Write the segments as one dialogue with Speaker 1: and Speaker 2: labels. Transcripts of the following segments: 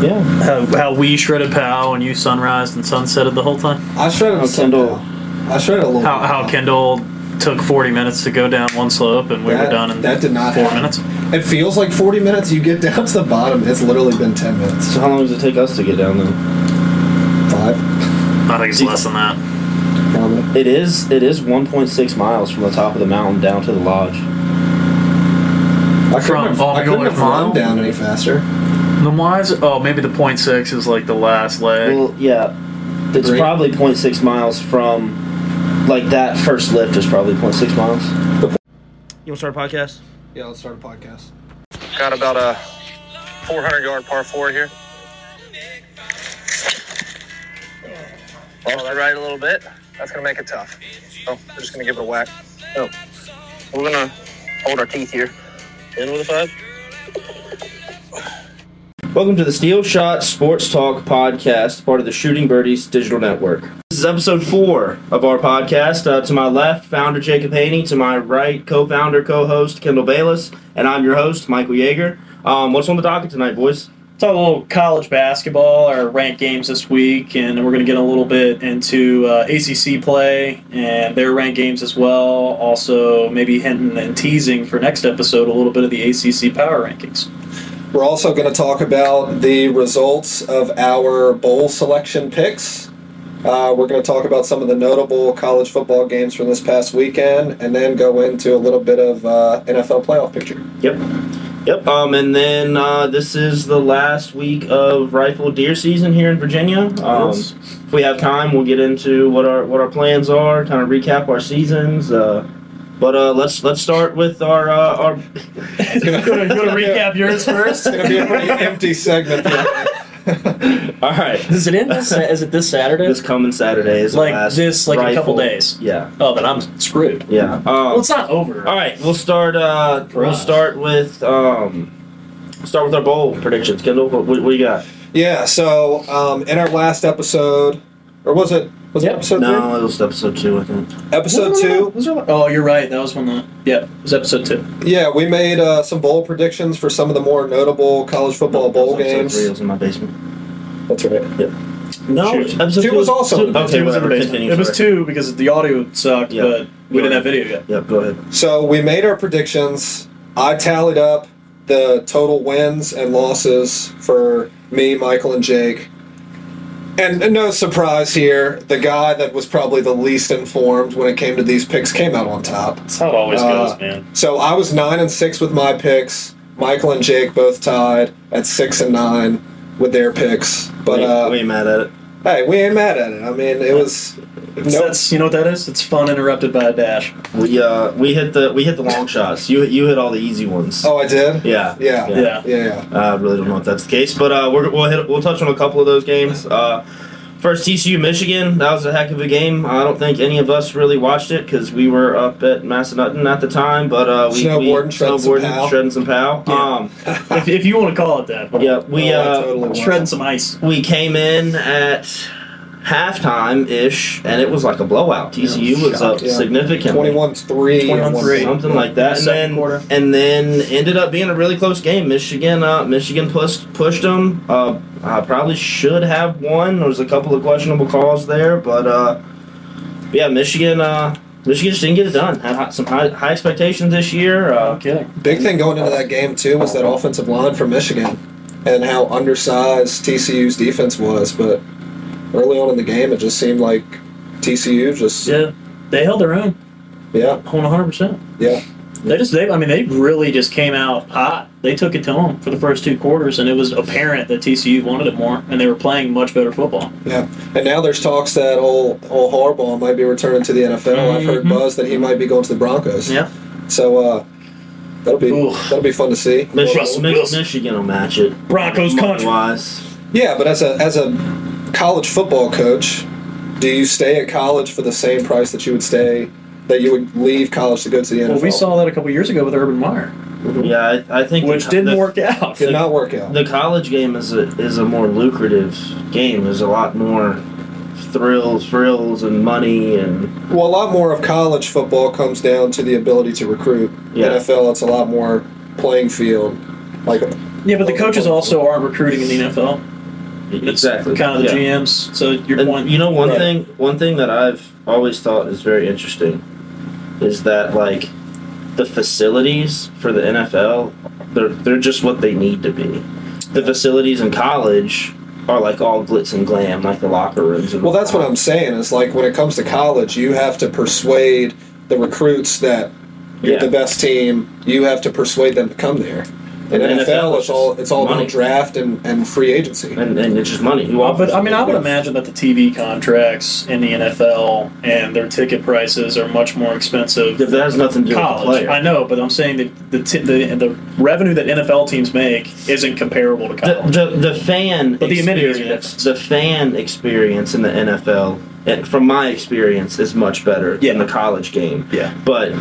Speaker 1: Yeah.
Speaker 2: How, Um, how we shredded POW and you sunrised and sunsetted the whole time?
Speaker 3: I shredded
Speaker 1: How
Speaker 3: a
Speaker 1: Kendall-
Speaker 3: Kendall. I shredded a little.
Speaker 2: How,
Speaker 3: bit.
Speaker 2: how Kendall took 40 minutes to go down one slope and we
Speaker 3: That-
Speaker 2: were done in
Speaker 3: that did not
Speaker 2: four
Speaker 3: happen.
Speaker 2: minutes?
Speaker 3: It feels like 40 minutes. You get down to the bottom. It's literally been 10 minutes.
Speaker 1: So how long does it take us to get down then?
Speaker 3: Five,
Speaker 2: I think it's less than that.
Speaker 3: probably.
Speaker 1: It is it is 1.6 miles from the top of the mountain down to the lodge.
Speaker 3: I
Speaker 2: From
Speaker 3: couldn't have,
Speaker 2: Auburn
Speaker 3: I couldn't
Speaker 2: North
Speaker 3: have run
Speaker 2: Mile?
Speaker 3: down any faster.
Speaker 2: Then why is it? Oh, maybe the point six is like the last leg.
Speaker 1: Well, yeah, it's
Speaker 3: Great.
Speaker 1: probably 0.6 miles from like that first lift is probably 0.6 miles. You want to start a podcast?
Speaker 3: Yeah, let's start a podcast.
Speaker 4: Got about a 400 yard par four here. Off the right a little bit. That's gonna make it tough. Oh, we're just gonna give it a whack. Oh, we're gonna hold our teeth here. In with a five.
Speaker 1: Welcome to the Steel Shot Sports Talk podcast, part of the Shooting Birdies Digital Network. This is episode four of our podcast. Uh, to my left, founder Jacob Haney. To my right, co-founder, co-host Kendall Bayless, and I'm your host Michael Yeager. Um, what's on the docket tonight, boys?
Speaker 2: Talk a little college basketball, our ranked games this week, and we're going to get a little bit into uh, ACC play and their ranked games as well. Also, maybe hinting and teasing for next episode a little bit of the ACC power rankings.
Speaker 3: We're also going to talk about the results of our bowl selection picks. Uh, we're going to talk about some of the notable college football games from this past weekend, and then go into a little bit of uh, NFL playoff picture.
Speaker 1: Yep. Yep. Um, and then uh, this is the last week of rifle deer season here in Virginia. Um,
Speaker 2: Yes.
Speaker 1: If we have time, we'll get into what our what our plans are, kind of recap our seasons. Uh, but uh, let's let's start with our uh, our.
Speaker 2: yours first.
Speaker 3: It's going to be a pretty empty segment.
Speaker 1: All right.
Speaker 2: Does it end this? uh, Is it this Saturday?
Speaker 1: This coming Saturday is the
Speaker 2: Like
Speaker 1: last
Speaker 2: this, like a couple
Speaker 1: rifle-
Speaker 2: days.
Speaker 1: Yeah.
Speaker 2: oh, then I'm screwed.
Speaker 1: Yeah. Um,
Speaker 2: Well, it's not over.
Speaker 1: All right, we'll start. Uh, we'll
Speaker 2: us.
Speaker 1: start with um, start with our bowl predictions. Kendall, what, what, what you got?
Speaker 3: yeah, so um, in our last episode, or was it was
Speaker 2: Yep.
Speaker 3: it episode
Speaker 1: No, it was episode two, I think.
Speaker 3: three? Episode two.
Speaker 2: Oh, you're right. That was when the yeah. It was episode two.
Speaker 3: Yeah, we made uh, some bowl predictions for some of the more notable college football bowl
Speaker 1: Episode three
Speaker 3: games.
Speaker 1: was in my basement.
Speaker 3: That's right.
Speaker 1: No,
Speaker 2: Shoot.
Speaker 1: episode
Speaker 3: Two was also in the
Speaker 1: okay.
Speaker 2: It was in
Speaker 1: Whatever,
Speaker 2: the basement.
Speaker 1: continue.
Speaker 2: It was
Speaker 1: sorry.
Speaker 2: two because the audio sucked,
Speaker 1: Yeah.
Speaker 2: but we didn't have video yet.
Speaker 1: Yep, go ahead.
Speaker 3: So we made our predictions. I tallied up the total wins and losses for me, Michael, and Jake. And and no surprise here, the guy that was probably the least informed when it came to these picks came out on top.
Speaker 2: That's how it always
Speaker 3: Uh,
Speaker 2: goes, man.
Speaker 3: So I was nine and six with my picks. Michael and Jake both tied at six and nine with their picks. But
Speaker 1: we,
Speaker 3: uh,
Speaker 1: we ain't mad at it.
Speaker 3: hey, we ain't mad at it. I mean, it was
Speaker 2: So
Speaker 3: no
Speaker 2: That's you know what that is. It's fun interrupted by a dash.
Speaker 1: We uh we hit the we hit the long shots. You you hit all the easy ones.
Speaker 3: Oh, I did.
Speaker 1: Yeah.
Speaker 2: Yeah.
Speaker 3: Yeah.
Speaker 1: Yeah.
Speaker 3: Yeah. yeah.
Speaker 1: I really don't know if that's the case, but uh, we're, we'll hit, we'll touch on a couple of those games. Uh, first TCU Michigan, that was a heck of a game. I don't think any of us really watched it because we were up at Massanutten at the time, but uh, we
Speaker 3: Snowboarding,
Speaker 1: we,
Speaker 3: shredding some pow.
Speaker 1: snowboarding, shredding some pow.
Speaker 2: Yeah.
Speaker 1: Um,
Speaker 2: if, if you want to call it that. but
Speaker 1: yeah, we
Speaker 3: Oh, I
Speaker 1: uh,
Speaker 3: totally was.
Speaker 2: Shredding some ice.
Speaker 1: we came in at halftime ish, and it was like a blowout. TCU was up
Speaker 3: Yeah.
Speaker 1: significantly.
Speaker 3: 21 3.
Speaker 2: 21-3.
Speaker 1: something like that, and
Speaker 2: Second
Speaker 1: then
Speaker 2: quarter.
Speaker 1: and then ended up being a really close game. Michigan, uh, Michigan pushed pushed them. Uh, I probably should have won. There was a couple of questionable calls there, but uh, yeah, Michigan, uh, Michigan just didn't get it done. Had high, some high, high expectations this year. Uh,
Speaker 2: Okay.
Speaker 3: Big thing going into that game, too, was that offensive line for Michigan and how undersized TCU's defense was. But early on in the game, it just seemed like TCU just.
Speaker 2: Yeah, they held their own
Speaker 3: Yeah.
Speaker 2: on 100. percent
Speaker 3: Yeah.
Speaker 2: They just they I mean they really just came out hot. They took it to them for the first two quarters, and it was apparent that TCU wanted it more, and they were playing much better football.
Speaker 3: Yeah. And now there's talks that old, old Harbaugh might be returning to the NFL. I've heard
Speaker 2: Mhm.
Speaker 3: buzz that he might be going to the Broncos.
Speaker 2: Yeah.
Speaker 3: So, uh,. That'll be
Speaker 2: Ooh.
Speaker 3: that'll be fun to see.
Speaker 1: Mich-
Speaker 2: Russell
Speaker 1: Mich-
Speaker 2: Wilson.
Speaker 1: Michigan will match it.
Speaker 2: Broncos country.
Speaker 1: Wise.
Speaker 3: Yeah, but as a as a college football coach, do you stay at college for the same price that you would stay that you would leave college to go to the NFL?
Speaker 2: Well, we saw that a couple years ago with Urban Meyer,
Speaker 1: Yeah, I, I think
Speaker 2: which
Speaker 1: the-
Speaker 2: didn't
Speaker 1: the-
Speaker 2: work out.
Speaker 3: did not work out.
Speaker 1: The college game is a is a more lucrative game. There's a lot more thrills, frills, and money, and
Speaker 3: Well, a lot more of college football comes down to the ability to recruit.
Speaker 1: Yeah.
Speaker 3: NFL, it's a lot more playing field, like
Speaker 2: Yeah, but the coaches also aren't recruiting in the NFL.
Speaker 3: Mm-hmm.
Speaker 2: It's
Speaker 1: Exactly.
Speaker 2: Kind of the
Speaker 1: yeah.
Speaker 2: GMs. So your
Speaker 1: And
Speaker 2: point.
Speaker 1: you know one
Speaker 2: Right.
Speaker 1: thing one thing that I've always thought is very interesting is that like the facilities for the NFL they're they're just what they need to be. The facilities in college are like all glitz and glam, like the locker rooms. And
Speaker 3: Well, that's what I'm saying. Is like when it comes to college, you have to persuade the recruits that you're
Speaker 1: Yeah.
Speaker 3: the best team. You have to persuade them to come there. In
Speaker 1: And NFL
Speaker 3: NFL,
Speaker 1: is
Speaker 3: it's all it's all
Speaker 1: money.
Speaker 3: about draft and, and free agency.
Speaker 1: and, and it's just money. You
Speaker 2: Well,
Speaker 1: offer
Speaker 2: but I mean, I would
Speaker 1: something.
Speaker 2: imagine that the TV contracts in the NFL and their ticket prices are much more expensive.
Speaker 1: that has nothing to do with the
Speaker 2: College,
Speaker 1: player.
Speaker 2: I know, but I'm saying that the, t- the the revenue that NFL teams make isn't comparable to
Speaker 1: the,
Speaker 2: college.
Speaker 1: the the fan
Speaker 2: But the amenities are
Speaker 1: experience, the fan experience in the NFL, and eh, from my experience, is much better
Speaker 2: Yeah.
Speaker 1: than the college game.
Speaker 2: Yeah.
Speaker 1: but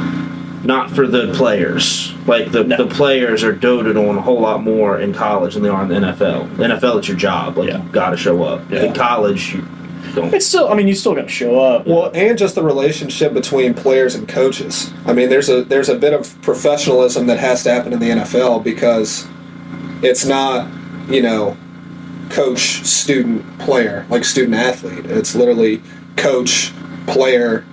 Speaker 1: not for the players. Like the,
Speaker 2: No.
Speaker 1: the players are doted on a whole lot more in college than they are in the NFL. NFL, it's your job. Like
Speaker 2: Yeah.
Speaker 1: you got to show up.
Speaker 2: Yeah.
Speaker 1: In college, you don't.
Speaker 2: It's still, I mean, you still got to show up.
Speaker 3: Well, and just the relationship between players and coaches. I mean, there's a there's a bit of professionalism that has to happen in the NFL because it's not, you know, coach, student, player, like student athlete. It's literally coach, player,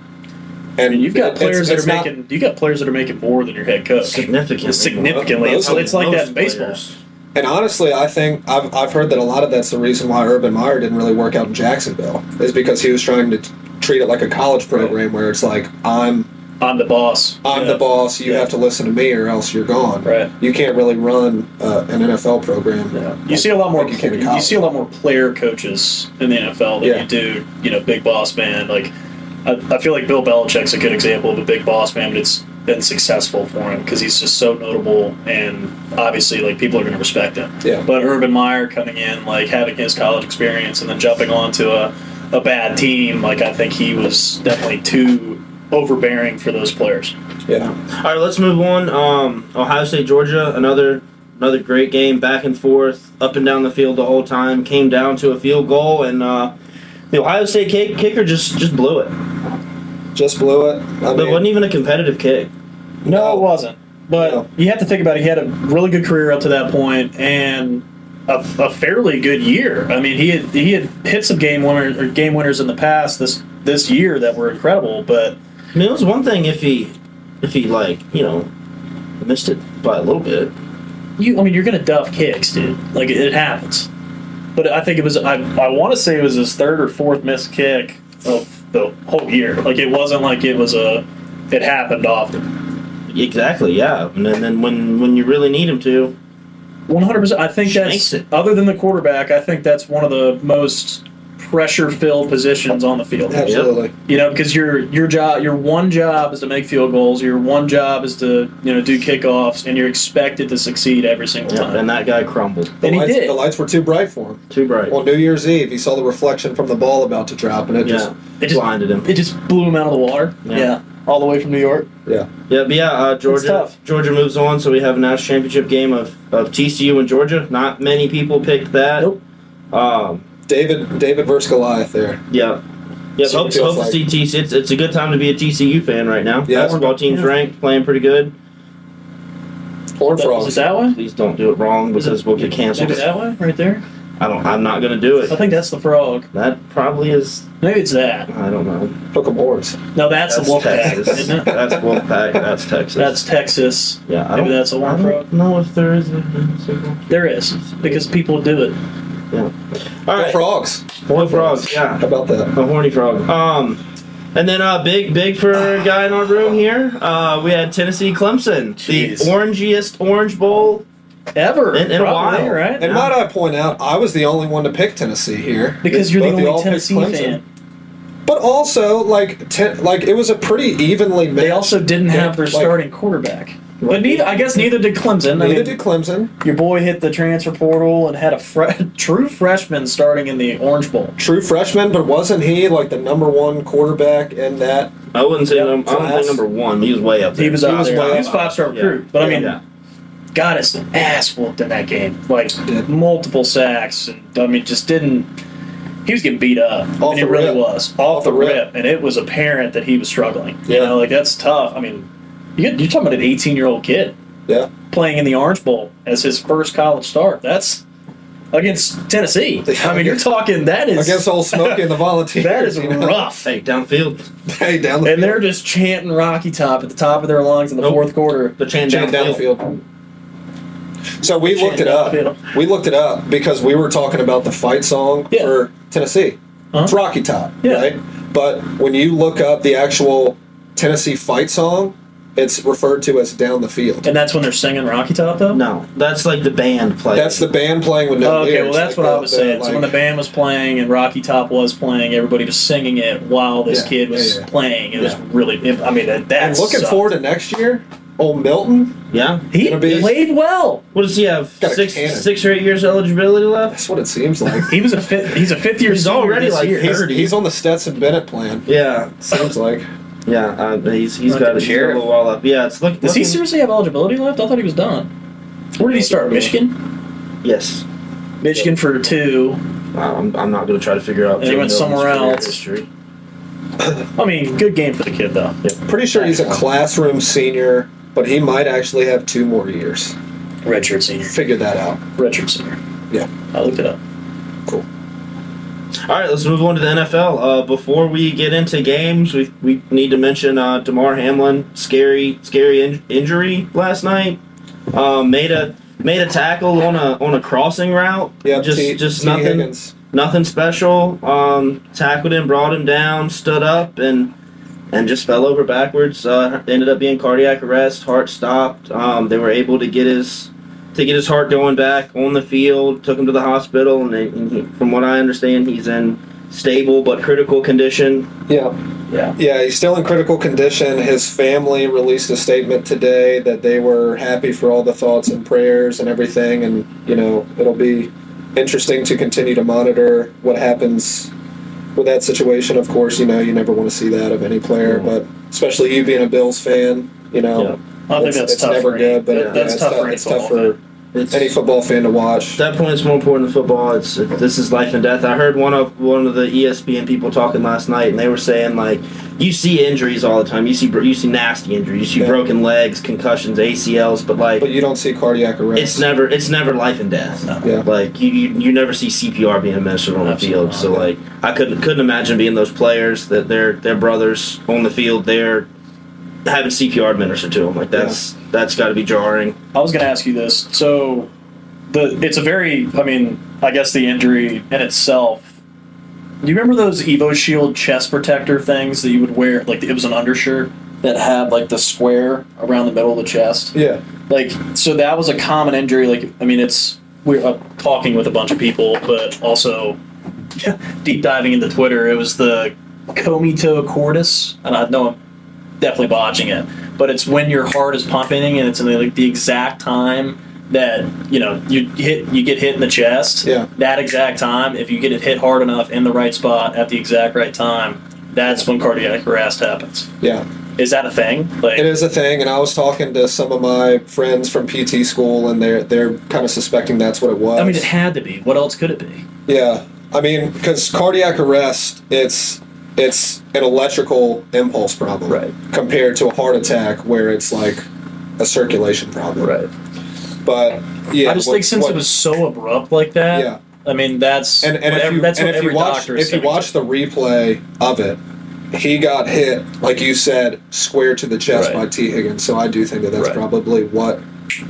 Speaker 2: I mean, you've got
Speaker 3: it's-
Speaker 2: players that
Speaker 3: it's
Speaker 2: are
Speaker 3: not-
Speaker 2: making you got players that are making more than your head coach.
Speaker 1: Significantly,
Speaker 2: Significantly.
Speaker 3: It's-
Speaker 2: it's like that
Speaker 1: Most
Speaker 2: in baseball.
Speaker 1: players.
Speaker 3: And honestly, I think I've, I've heard that a lot of that's the reason why Urban Meyer didn't really work out in Jacksonville is because he was trying to t- treat it like a college program where it's like I'm
Speaker 2: I'm the boss.
Speaker 3: I'm
Speaker 2: Yeah.
Speaker 3: the boss, you have to listen to me or else you're gone.
Speaker 2: Right.
Speaker 3: You can't really run uh, an NFL program.
Speaker 1: Yeah.
Speaker 2: You see a lot more.
Speaker 3: Like you can in
Speaker 2: You
Speaker 3: college.
Speaker 2: see a lot more player coaches in the NFL than
Speaker 3: Yeah.
Speaker 2: you do. You know, big boss man. Like, I, I feel like Bill Belichick's a good example of a big boss man, but it's been successful for him because he's just so notable and obviously like people are going to respect him.
Speaker 3: Yeah.
Speaker 2: But Urban Meyer coming in, like having his college experience and then jumping onto a a bad team, like I think he was definitely too overbearing for those players.
Speaker 3: Yeah.
Speaker 1: All right, let's move on. Um, Ohio State, Georgia, another another great game, back and forth, up and down the field the whole time. Came down to a field goal, and uh, the Ohio State kick, kicker just just blew it.
Speaker 3: Just blew it. I
Speaker 1: It
Speaker 3: mean,
Speaker 1: wasn't even a competitive kick.
Speaker 2: No, it wasn't. But
Speaker 3: No.
Speaker 2: you have to think about it. He had a really good career up to that point and a, a fairly good year. I mean, he had he had hit some game winners or game winners in the past this this year that were incredible. But
Speaker 1: I mean, it was one thing if he if he like you know missed it by a little bit.
Speaker 2: you, I mean, you're gonna duff kicks, dude. Like it, it happens. But I think it was I I want to say it was his third or fourth missed kick of the whole year. Like it wasn't like it was a it happened often.
Speaker 1: Exactly, yeah. And then, then when when you really need him to,
Speaker 2: One hundred percent. I think
Speaker 1: Shanks
Speaker 2: that's
Speaker 1: it.
Speaker 2: other than the quarterback. I think that's one of the most pressure-filled positions on the field.
Speaker 3: Absolutely.
Speaker 2: You know, because your your job, your one job is to make field goals. Your one job is to you know do kickoffs, and you're expected to succeed every single
Speaker 1: yeah,
Speaker 2: time.
Speaker 1: and that guy crumbled
Speaker 3: The,
Speaker 2: And he
Speaker 3: lights,
Speaker 2: did.
Speaker 3: the lights were too bright for him.
Speaker 1: too bright.
Speaker 3: On New Year's Eve, he saw the reflection from the ball about to drop, and it just
Speaker 1: Yeah,
Speaker 2: It just
Speaker 1: blinded him.
Speaker 2: it just blew him out of the water.
Speaker 1: Yeah.
Speaker 2: all the way from New York.
Speaker 1: Yeah, but yeah, uh, Georgia.
Speaker 2: tough.
Speaker 1: Georgia moves on, so we have a national championship game of, of TCU and Georgia. Not many people picked that.
Speaker 2: Nope.
Speaker 1: Um,
Speaker 3: David David versus Goliath there.
Speaker 1: yeah. Yeah,
Speaker 3: So
Speaker 1: hope,
Speaker 3: it feels
Speaker 1: hope to
Speaker 3: like-
Speaker 1: see TCU. It's, it's a good time to be a TCU fan right now.
Speaker 3: Yeah.
Speaker 1: Basketball team's
Speaker 2: Yeah.
Speaker 1: ranked, playing pretty good.
Speaker 3: Horn
Speaker 2: That, was
Speaker 3: frogs.
Speaker 2: it that way?
Speaker 1: Please don't do it wrong
Speaker 2: Was it-
Speaker 1: because we'll get canceled.
Speaker 2: Maybe that way, right there.
Speaker 1: I don't. I'm not gonna do
Speaker 2: I
Speaker 1: it.
Speaker 2: think that's the frog.
Speaker 1: That probably is.
Speaker 2: Maybe it's that.
Speaker 1: I don't know.
Speaker 3: Hook 'em horns.
Speaker 2: No, that's, the wolf pack,
Speaker 1: Texas.
Speaker 2: isn't it?
Speaker 1: that's Wolfpack. That's Texas.
Speaker 2: That's Texas.
Speaker 1: yeah. I
Speaker 2: maybe
Speaker 1: don't,
Speaker 2: that's a
Speaker 1: I
Speaker 2: one frog.
Speaker 1: don't know if there is a. is there one?
Speaker 2: There is because people do it.
Speaker 1: All
Speaker 3: Go
Speaker 1: right,
Speaker 3: frogs.
Speaker 1: one frogs. Yeah.
Speaker 3: How about that?
Speaker 1: A horny frog. Um, and then uh, big, big for a guy in our room here. Uh, we had Tennessee Clemson,
Speaker 2: Jeez.
Speaker 1: the orangiest Orange Bowl.
Speaker 2: ever
Speaker 1: In- in a
Speaker 2: probably,
Speaker 1: while.
Speaker 2: right?
Speaker 3: And might I point out, I was the only one to pick Tennessee here
Speaker 2: because
Speaker 3: Both
Speaker 2: you're the
Speaker 3: of y'all
Speaker 2: only
Speaker 3: picked
Speaker 2: Tennessee
Speaker 3: Clemson.
Speaker 2: fan.
Speaker 3: But also, like, ten, like it was a pretty evenly matched.
Speaker 2: They also didn't
Speaker 3: Yeah,
Speaker 2: have their
Speaker 3: like-
Speaker 2: starting quarterback.
Speaker 1: Right.
Speaker 2: But neither, I guess neither did Clemson. I
Speaker 3: neither
Speaker 2: mean,
Speaker 3: did Clemson.
Speaker 2: your boy hit the transfer portal and had a fre- true freshman starting in the Orange Bowl.
Speaker 3: True freshman, but wasn't he like the number one quarterback in that?
Speaker 1: I wouldn't say num- I don't
Speaker 3: class.
Speaker 1: think number one. He was way up there.
Speaker 2: He was
Speaker 3: He
Speaker 2: out
Speaker 3: was
Speaker 2: there.
Speaker 3: way
Speaker 2: He was
Speaker 3: up.
Speaker 2: five star
Speaker 1: Yeah.
Speaker 2: recruit. But I mean,
Speaker 1: yeah.
Speaker 2: got his ass whooped in that game. Like
Speaker 3: Yeah.
Speaker 2: multiple sacks, and I mean, just didn't. He was getting beat up.
Speaker 3: Off
Speaker 2: and
Speaker 3: the
Speaker 2: it really
Speaker 3: rip.
Speaker 2: was off, the
Speaker 3: the rip.
Speaker 2: rip. and it was apparent that he was struggling.
Speaker 3: Yeah.
Speaker 2: You know, like that's tough. I mean, you, you're talking about an 18 year old kid.
Speaker 3: Yeah.
Speaker 2: playing in the Orange Bowl as his first college start. That's against Tennessee. I mean, you're talking that is
Speaker 3: Against old Smokey and the Volunteers.
Speaker 2: that is
Speaker 3: you know?
Speaker 2: rough.
Speaker 1: Hey, downfield.
Speaker 3: Hey, down the
Speaker 2: And they're just chanting Rocky Top at the top of their lungs in the
Speaker 1: Nope.
Speaker 2: fourth quarter.
Speaker 1: The chan
Speaker 3: Jane
Speaker 1: downfield.
Speaker 3: downfield. So we looked it up.
Speaker 2: downfield.
Speaker 3: We looked it up because we were talking about the fight song
Speaker 2: Yeah.
Speaker 3: for Tennessee. It's
Speaker 2: Uh-huh.
Speaker 3: Rocky Top,
Speaker 2: Yeah.
Speaker 3: right? But when you look up the actual Tennessee fight song, it's referred to as "Down the Field."
Speaker 2: And that's when they're singing Rocky Top, though?
Speaker 1: No, that's like the band play.
Speaker 3: That's the band playing with
Speaker 2: Oh,
Speaker 3: no
Speaker 2: okay, well,
Speaker 3: lyrics,
Speaker 2: that's
Speaker 3: like,
Speaker 2: what I
Speaker 3: out
Speaker 2: was
Speaker 3: there,
Speaker 2: saying. so when the
Speaker 3: like-
Speaker 2: band was playing and Rocky Top was playing, everybody was singing it while this
Speaker 3: Yeah,
Speaker 2: kid was
Speaker 3: yeah, yeah.
Speaker 2: playing. It was
Speaker 3: Yeah.
Speaker 2: really, it, I mean, that,
Speaker 3: And
Speaker 2: that's
Speaker 3: looking forward to next year, old Milton.
Speaker 1: yeah.
Speaker 2: He
Speaker 3: gonna be-
Speaker 2: played well.
Speaker 1: What does he have?
Speaker 3: Got a
Speaker 1: Six,
Speaker 3: cannon.
Speaker 1: six or eight years eligibility left.
Speaker 3: That's what it seems like.
Speaker 2: He was a fifth. He's a fifth year.
Speaker 1: He's
Speaker 2: senior
Speaker 1: already
Speaker 2: this
Speaker 1: like
Speaker 2: year.
Speaker 3: he's, he's on the Stetson Bennett plan.
Speaker 1: Yeah,
Speaker 3: Seems like.
Speaker 1: yeah. Uh, he's he's
Speaker 2: Look at
Speaker 1: got, he's
Speaker 2: the
Speaker 1: got a
Speaker 2: sheriff.
Speaker 1: little wall up. Yeah, it's look.
Speaker 2: Does he
Speaker 1: looking-
Speaker 2: seriously have eligibility left? I thought he was done. Where did he start? Michigan.
Speaker 1: Yes.
Speaker 2: Michigan for two.
Speaker 1: I'm, I'm not going to try to figure out.
Speaker 2: And he
Speaker 1: Jay
Speaker 2: went
Speaker 1: Milton's
Speaker 2: somewhere
Speaker 1: career
Speaker 2: else.
Speaker 1: History.
Speaker 2: I mean, good game for the kid though.
Speaker 3: Pretty sure he's a classroom senior, but he might actually have two more years.
Speaker 2: Redshirt senior.
Speaker 3: Figure that out.
Speaker 2: Redshirt senior.
Speaker 3: Yeah.
Speaker 2: I looked it up.
Speaker 3: Cool.
Speaker 1: All right, let's move on to the NFL. Uh, before we get into games, we, we need to mention uh, Damar Hamlin. Scary, scary in- injury last night. Uh, made a made a tackle on a on a crossing route.
Speaker 3: Yeah,
Speaker 1: just
Speaker 3: T-
Speaker 1: just
Speaker 3: T.
Speaker 1: nothing
Speaker 3: Higgins.
Speaker 1: nothing special. Um, tackled him, brought him down, stood up, and and just fell over backwards. Uh, ended up being cardiac arrest, heart stopped. Um, they were able to get his to get his heart going back on the field. Took him to the hospital, and, they, and he, from what I understand, he's in stable but critical condition.
Speaker 3: Yeah.
Speaker 2: Yeah.
Speaker 3: Yeah, he's still in critical condition. His family released a statement today that they were happy for all the thoughts and prayers and everything. And, you know, it'll be interesting to continue to monitor what happens with that situation. Of course, you know, you never want to see that of any player, but especially you being a Bills fan, you know,
Speaker 2: I think
Speaker 3: it's,
Speaker 2: that's
Speaker 3: it's
Speaker 2: tough.
Speaker 3: never
Speaker 2: for any-
Speaker 3: good, but
Speaker 2: that-
Speaker 3: yeah,
Speaker 2: that's
Speaker 3: it's
Speaker 2: tough
Speaker 3: tough-
Speaker 2: for any
Speaker 3: it's tough
Speaker 2: football
Speaker 3: for
Speaker 2: fan.
Speaker 1: It's,
Speaker 3: any football fan to watch.
Speaker 1: At that point, it's more important than football. It's it, this is life and death. I heard one of one of the E ESPN people talking last night, and they were saying like, you see injuries all the time. You see bro- you see nasty injuries. You see
Speaker 3: Yeah.
Speaker 1: broken legs, concussions, ACLs, but like
Speaker 3: But you don't see cardiac arrest.
Speaker 1: it's never it's never life and death.
Speaker 2: No.
Speaker 3: Yeah.
Speaker 1: Like you, you, you never see CPR being administered on the
Speaker 2: Absolutely
Speaker 1: field. So
Speaker 2: not.
Speaker 1: like I couldn't couldn't imagine being those players that their their brothers on the field. They're having CPR administered to them. Like that's that's got to be jarring.
Speaker 2: I was going to ask you this. So, the it's a very. I mean, I guess the injury in itself. Do you remember those Evo Shield chest protector things that you would wear? Like it was an undershirt that had like the square around the middle of the chest.
Speaker 3: yeah.
Speaker 2: Like so, that was a common injury. Like I mean, it's we're uh, talking with a bunch of people, but also deep diving into Twitter. It was the comitochordis, and I know I'm definitely botching it, but it's when your heart is pumping and it's in the, like the exact time that you know you hit you get hit in the chest.
Speaker 3: Yeah.
Speaker 2: That exact time, if you get it hit hard enough in the right spot at the exact right time, that's when cardiac arrest happens.
Speaker 3: Yeah.
Speaker 2: Is that a thing? Like
Speaker 3: It is a thing, and I was talking to some of my friends from PT school, and they're they're kind of suspecting that's what it was.
Speaker 2: I mean, it had to be. What else could it be?
Speaker 3: yeah, I mean, because cardiac arrest, it's it's an electrical impulse problem,
Speaker 2: Right.
Speaker 3: Compared to a heart attack, where it's like a circulation problem,
Speaker 2: Right.
Speaker 3: But yeah,
Speaker 2: I just
Speaker 3: what-
Speaker 2: think since
Speaker 3: what-
Speaker 2: it was so abrupt like that,
Speaker 3: Yeah.
Speaker 2: I mean that's
Speaker 3: and and
Speaker 2: whatever-
Speaker 3: if you
Speaker 2: that's
Speaker 3: and
Speaker 2: what
Speaker 3: if
Speaker 2: every
Speaker 3: you watch
Speaker 2: doctor is
Speaker 3: if you
Speaker 2: saying.
Speaker 3: watch the replay of it, he got hit like you said, square to the chest
Speaker 2: Right.
Speaker 3: by T Higgins. So I do think that that's
Speaker 2: Right.
Speaker 3: probably what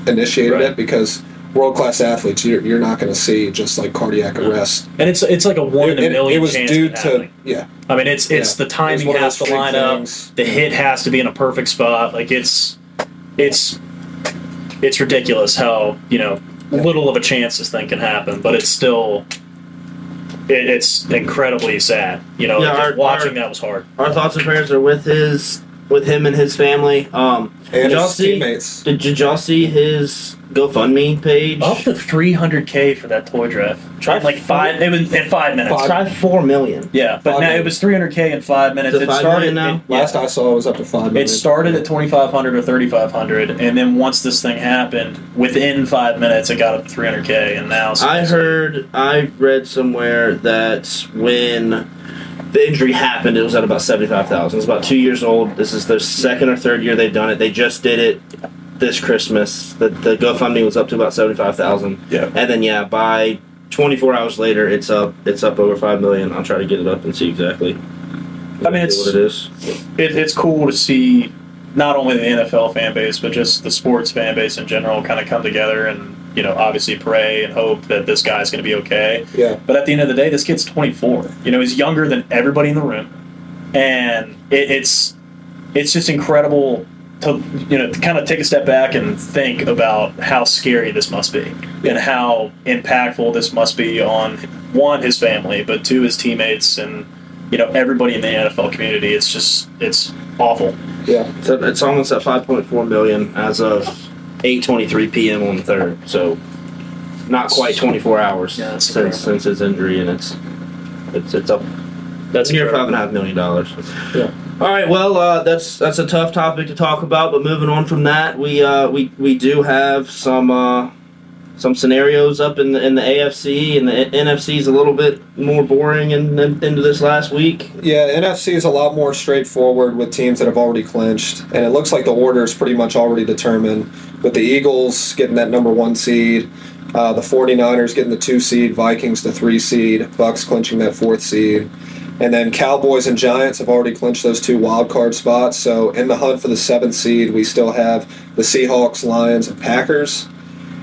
Speaker 3: initiated
Speaker 2: Right.
Speaker 3: it because world class athletes, you're, you're not going to see just like cardiac arrest.
Speaker 2: and it's it's like a one
Speaker 3: It,
Speaker 2: in a
Speaker 3: it-
Speaker 2: million
Speaker 3: it was
Speaker 2: chance
Speaker 3: due
Speaker 2: of it
Speaker 3: to
Speaker 2: happening.
Speaker 3: yeah
Speaker 2: I mean, it's it's
Speaker 3: Yeah.
Speaker 2: the
Speaker 3: It's
Speaker 2: timing
Speaker 3: one of
Speaker 2: has to
Speaker 3: those
Speaker 2: line
Speaker 3: freak
Speaker 2: up.
Speaker 3: things.
Speaker 2: The hit has to be in a perfect spot. Like it's it's it's ridiculous how you know
Speaker 3: Yeah.
Speaker 2: little of a chance this thing can happen, but it's still it, it's incredibly sad. You know,
Speaker 1: Yeah,
Speaker 2: just
Speaker 1: our-
Speaker 2: watching
Speaker 1: our-
Speaker 2: that was hard.
Speaker 1: Our thoughts and prayers are with his with him and his family. Um,
Speaker 3: and
Speaker 1: did y'all
Speaker 3: his
Speaker 1: see?
Speaker 3: teammates.
Speaker 1: Did, did y'all see his GoFundMe page?
Speaker 2: Up to 300k for that toy draft.
Speaker 1: Try
Speaker 2: in like five. It was in five minutes.
Speaker 3: Five.
Speaker 1: Try four million.
Speaker 2: Yeah, but
Speaker 3: Five
Speaker 2: now it
Speaker 3: minutes.
Speaker 2: was 300k in five minutes.
Speaker 1: Is it
Speaker 2: It
Speaker 1: five million
Speaker 2: started
Speaker 1: now?
Speaker 2: it- yeah.
Speaker 3: Last I saw, it was up to five.
Speaker 2: It
Speaker 3: minutes.
Speaker 2: started at 2,500 or 3,500, and then once this thing happened, within five minutes, it got up to 300k, and now
Speaker 1: I heard, I read somewhere that when the injury happened, it was at about 75,000. It's about two years old. This is their second or third year they've done it. They just did it this Christmas. The the GoFundMe was up to about seventy five thousand.
Speaker 5: Yeah.
Speaker 1: And then yeah, by twenty four hours later, it's up. It's up over five million. I'll try to get it up and see exactly.
Speaker 2: I mean, it's-
Speaker 1: what it is.
Speaker 2: it, it's cool to see not only the NFL fan base but just the sports fan base in general kind of come together and you know obviously pray and hope that this guy's going to be okay.
Speaker 3: Yeah.
Speaker 2: But at the end of the day, this kid's 24. You know, he's younger than everybody in the room, and it, it's it's just incredible to you know to kind of take a step back and think about how scary this must be and how impactful this must be on one his family, but two his teammates and you know everybody in the NFL community. It's just it's awful.
Speaker 3: Yeah.
Speaker 1: It's, up- it's almost at five point four million as of eight twenty three p.m. on the third. So not quite twenty four hours
Speaker 2: Yeah, that's
Speaker 1: since since his injury, and it's it's it's up
Speaker 2: That's
Speaker 1: near
Speaker 2: incredible.
Speaker 1: five and a half million dollars.
Speaker 3: Yeah.
Speaker 1: All right. Well, uh, that's that's a tough topic to talk about. But moving on from that, we uh, we we do have some uh, some scenarios up in the in the AFC and the NFC is a little bit more boring in, in, into this last week.
Speaker 3: Yeah, NFC is a lot more straightforward with teams that have already clinched, and it looks like the order is pretty much already determined. With the Eagles getting that number one seed, uh, the 49ers getting the two seed, Vikings the three seed, Bucks clinching that fourth seed, and then Cowboys and Giants have already clinched those two wild card spots. So in the hunt for the seventh seed, we still have the Seahawks, Lions, and Packers.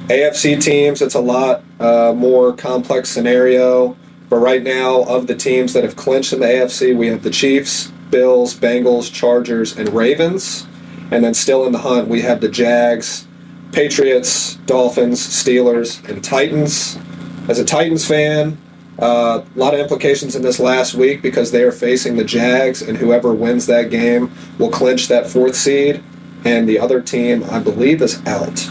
Speaker 3: AFC teams, it's a lot uh, more complex scenario. But right now, of the teams that have clinched in the AFC, we have the Chiefs, Bills, Bengals, Chargers, and Ravens. And then still in the hunt, we have the Jags, Patriots, Dolphins, Steelers, and Titans. As a Titans fan, uh, a lot of implications in this last week because they are facing the Jags, and whoever wins that game will clinch that fourth seed. And the other team, I believe, is out.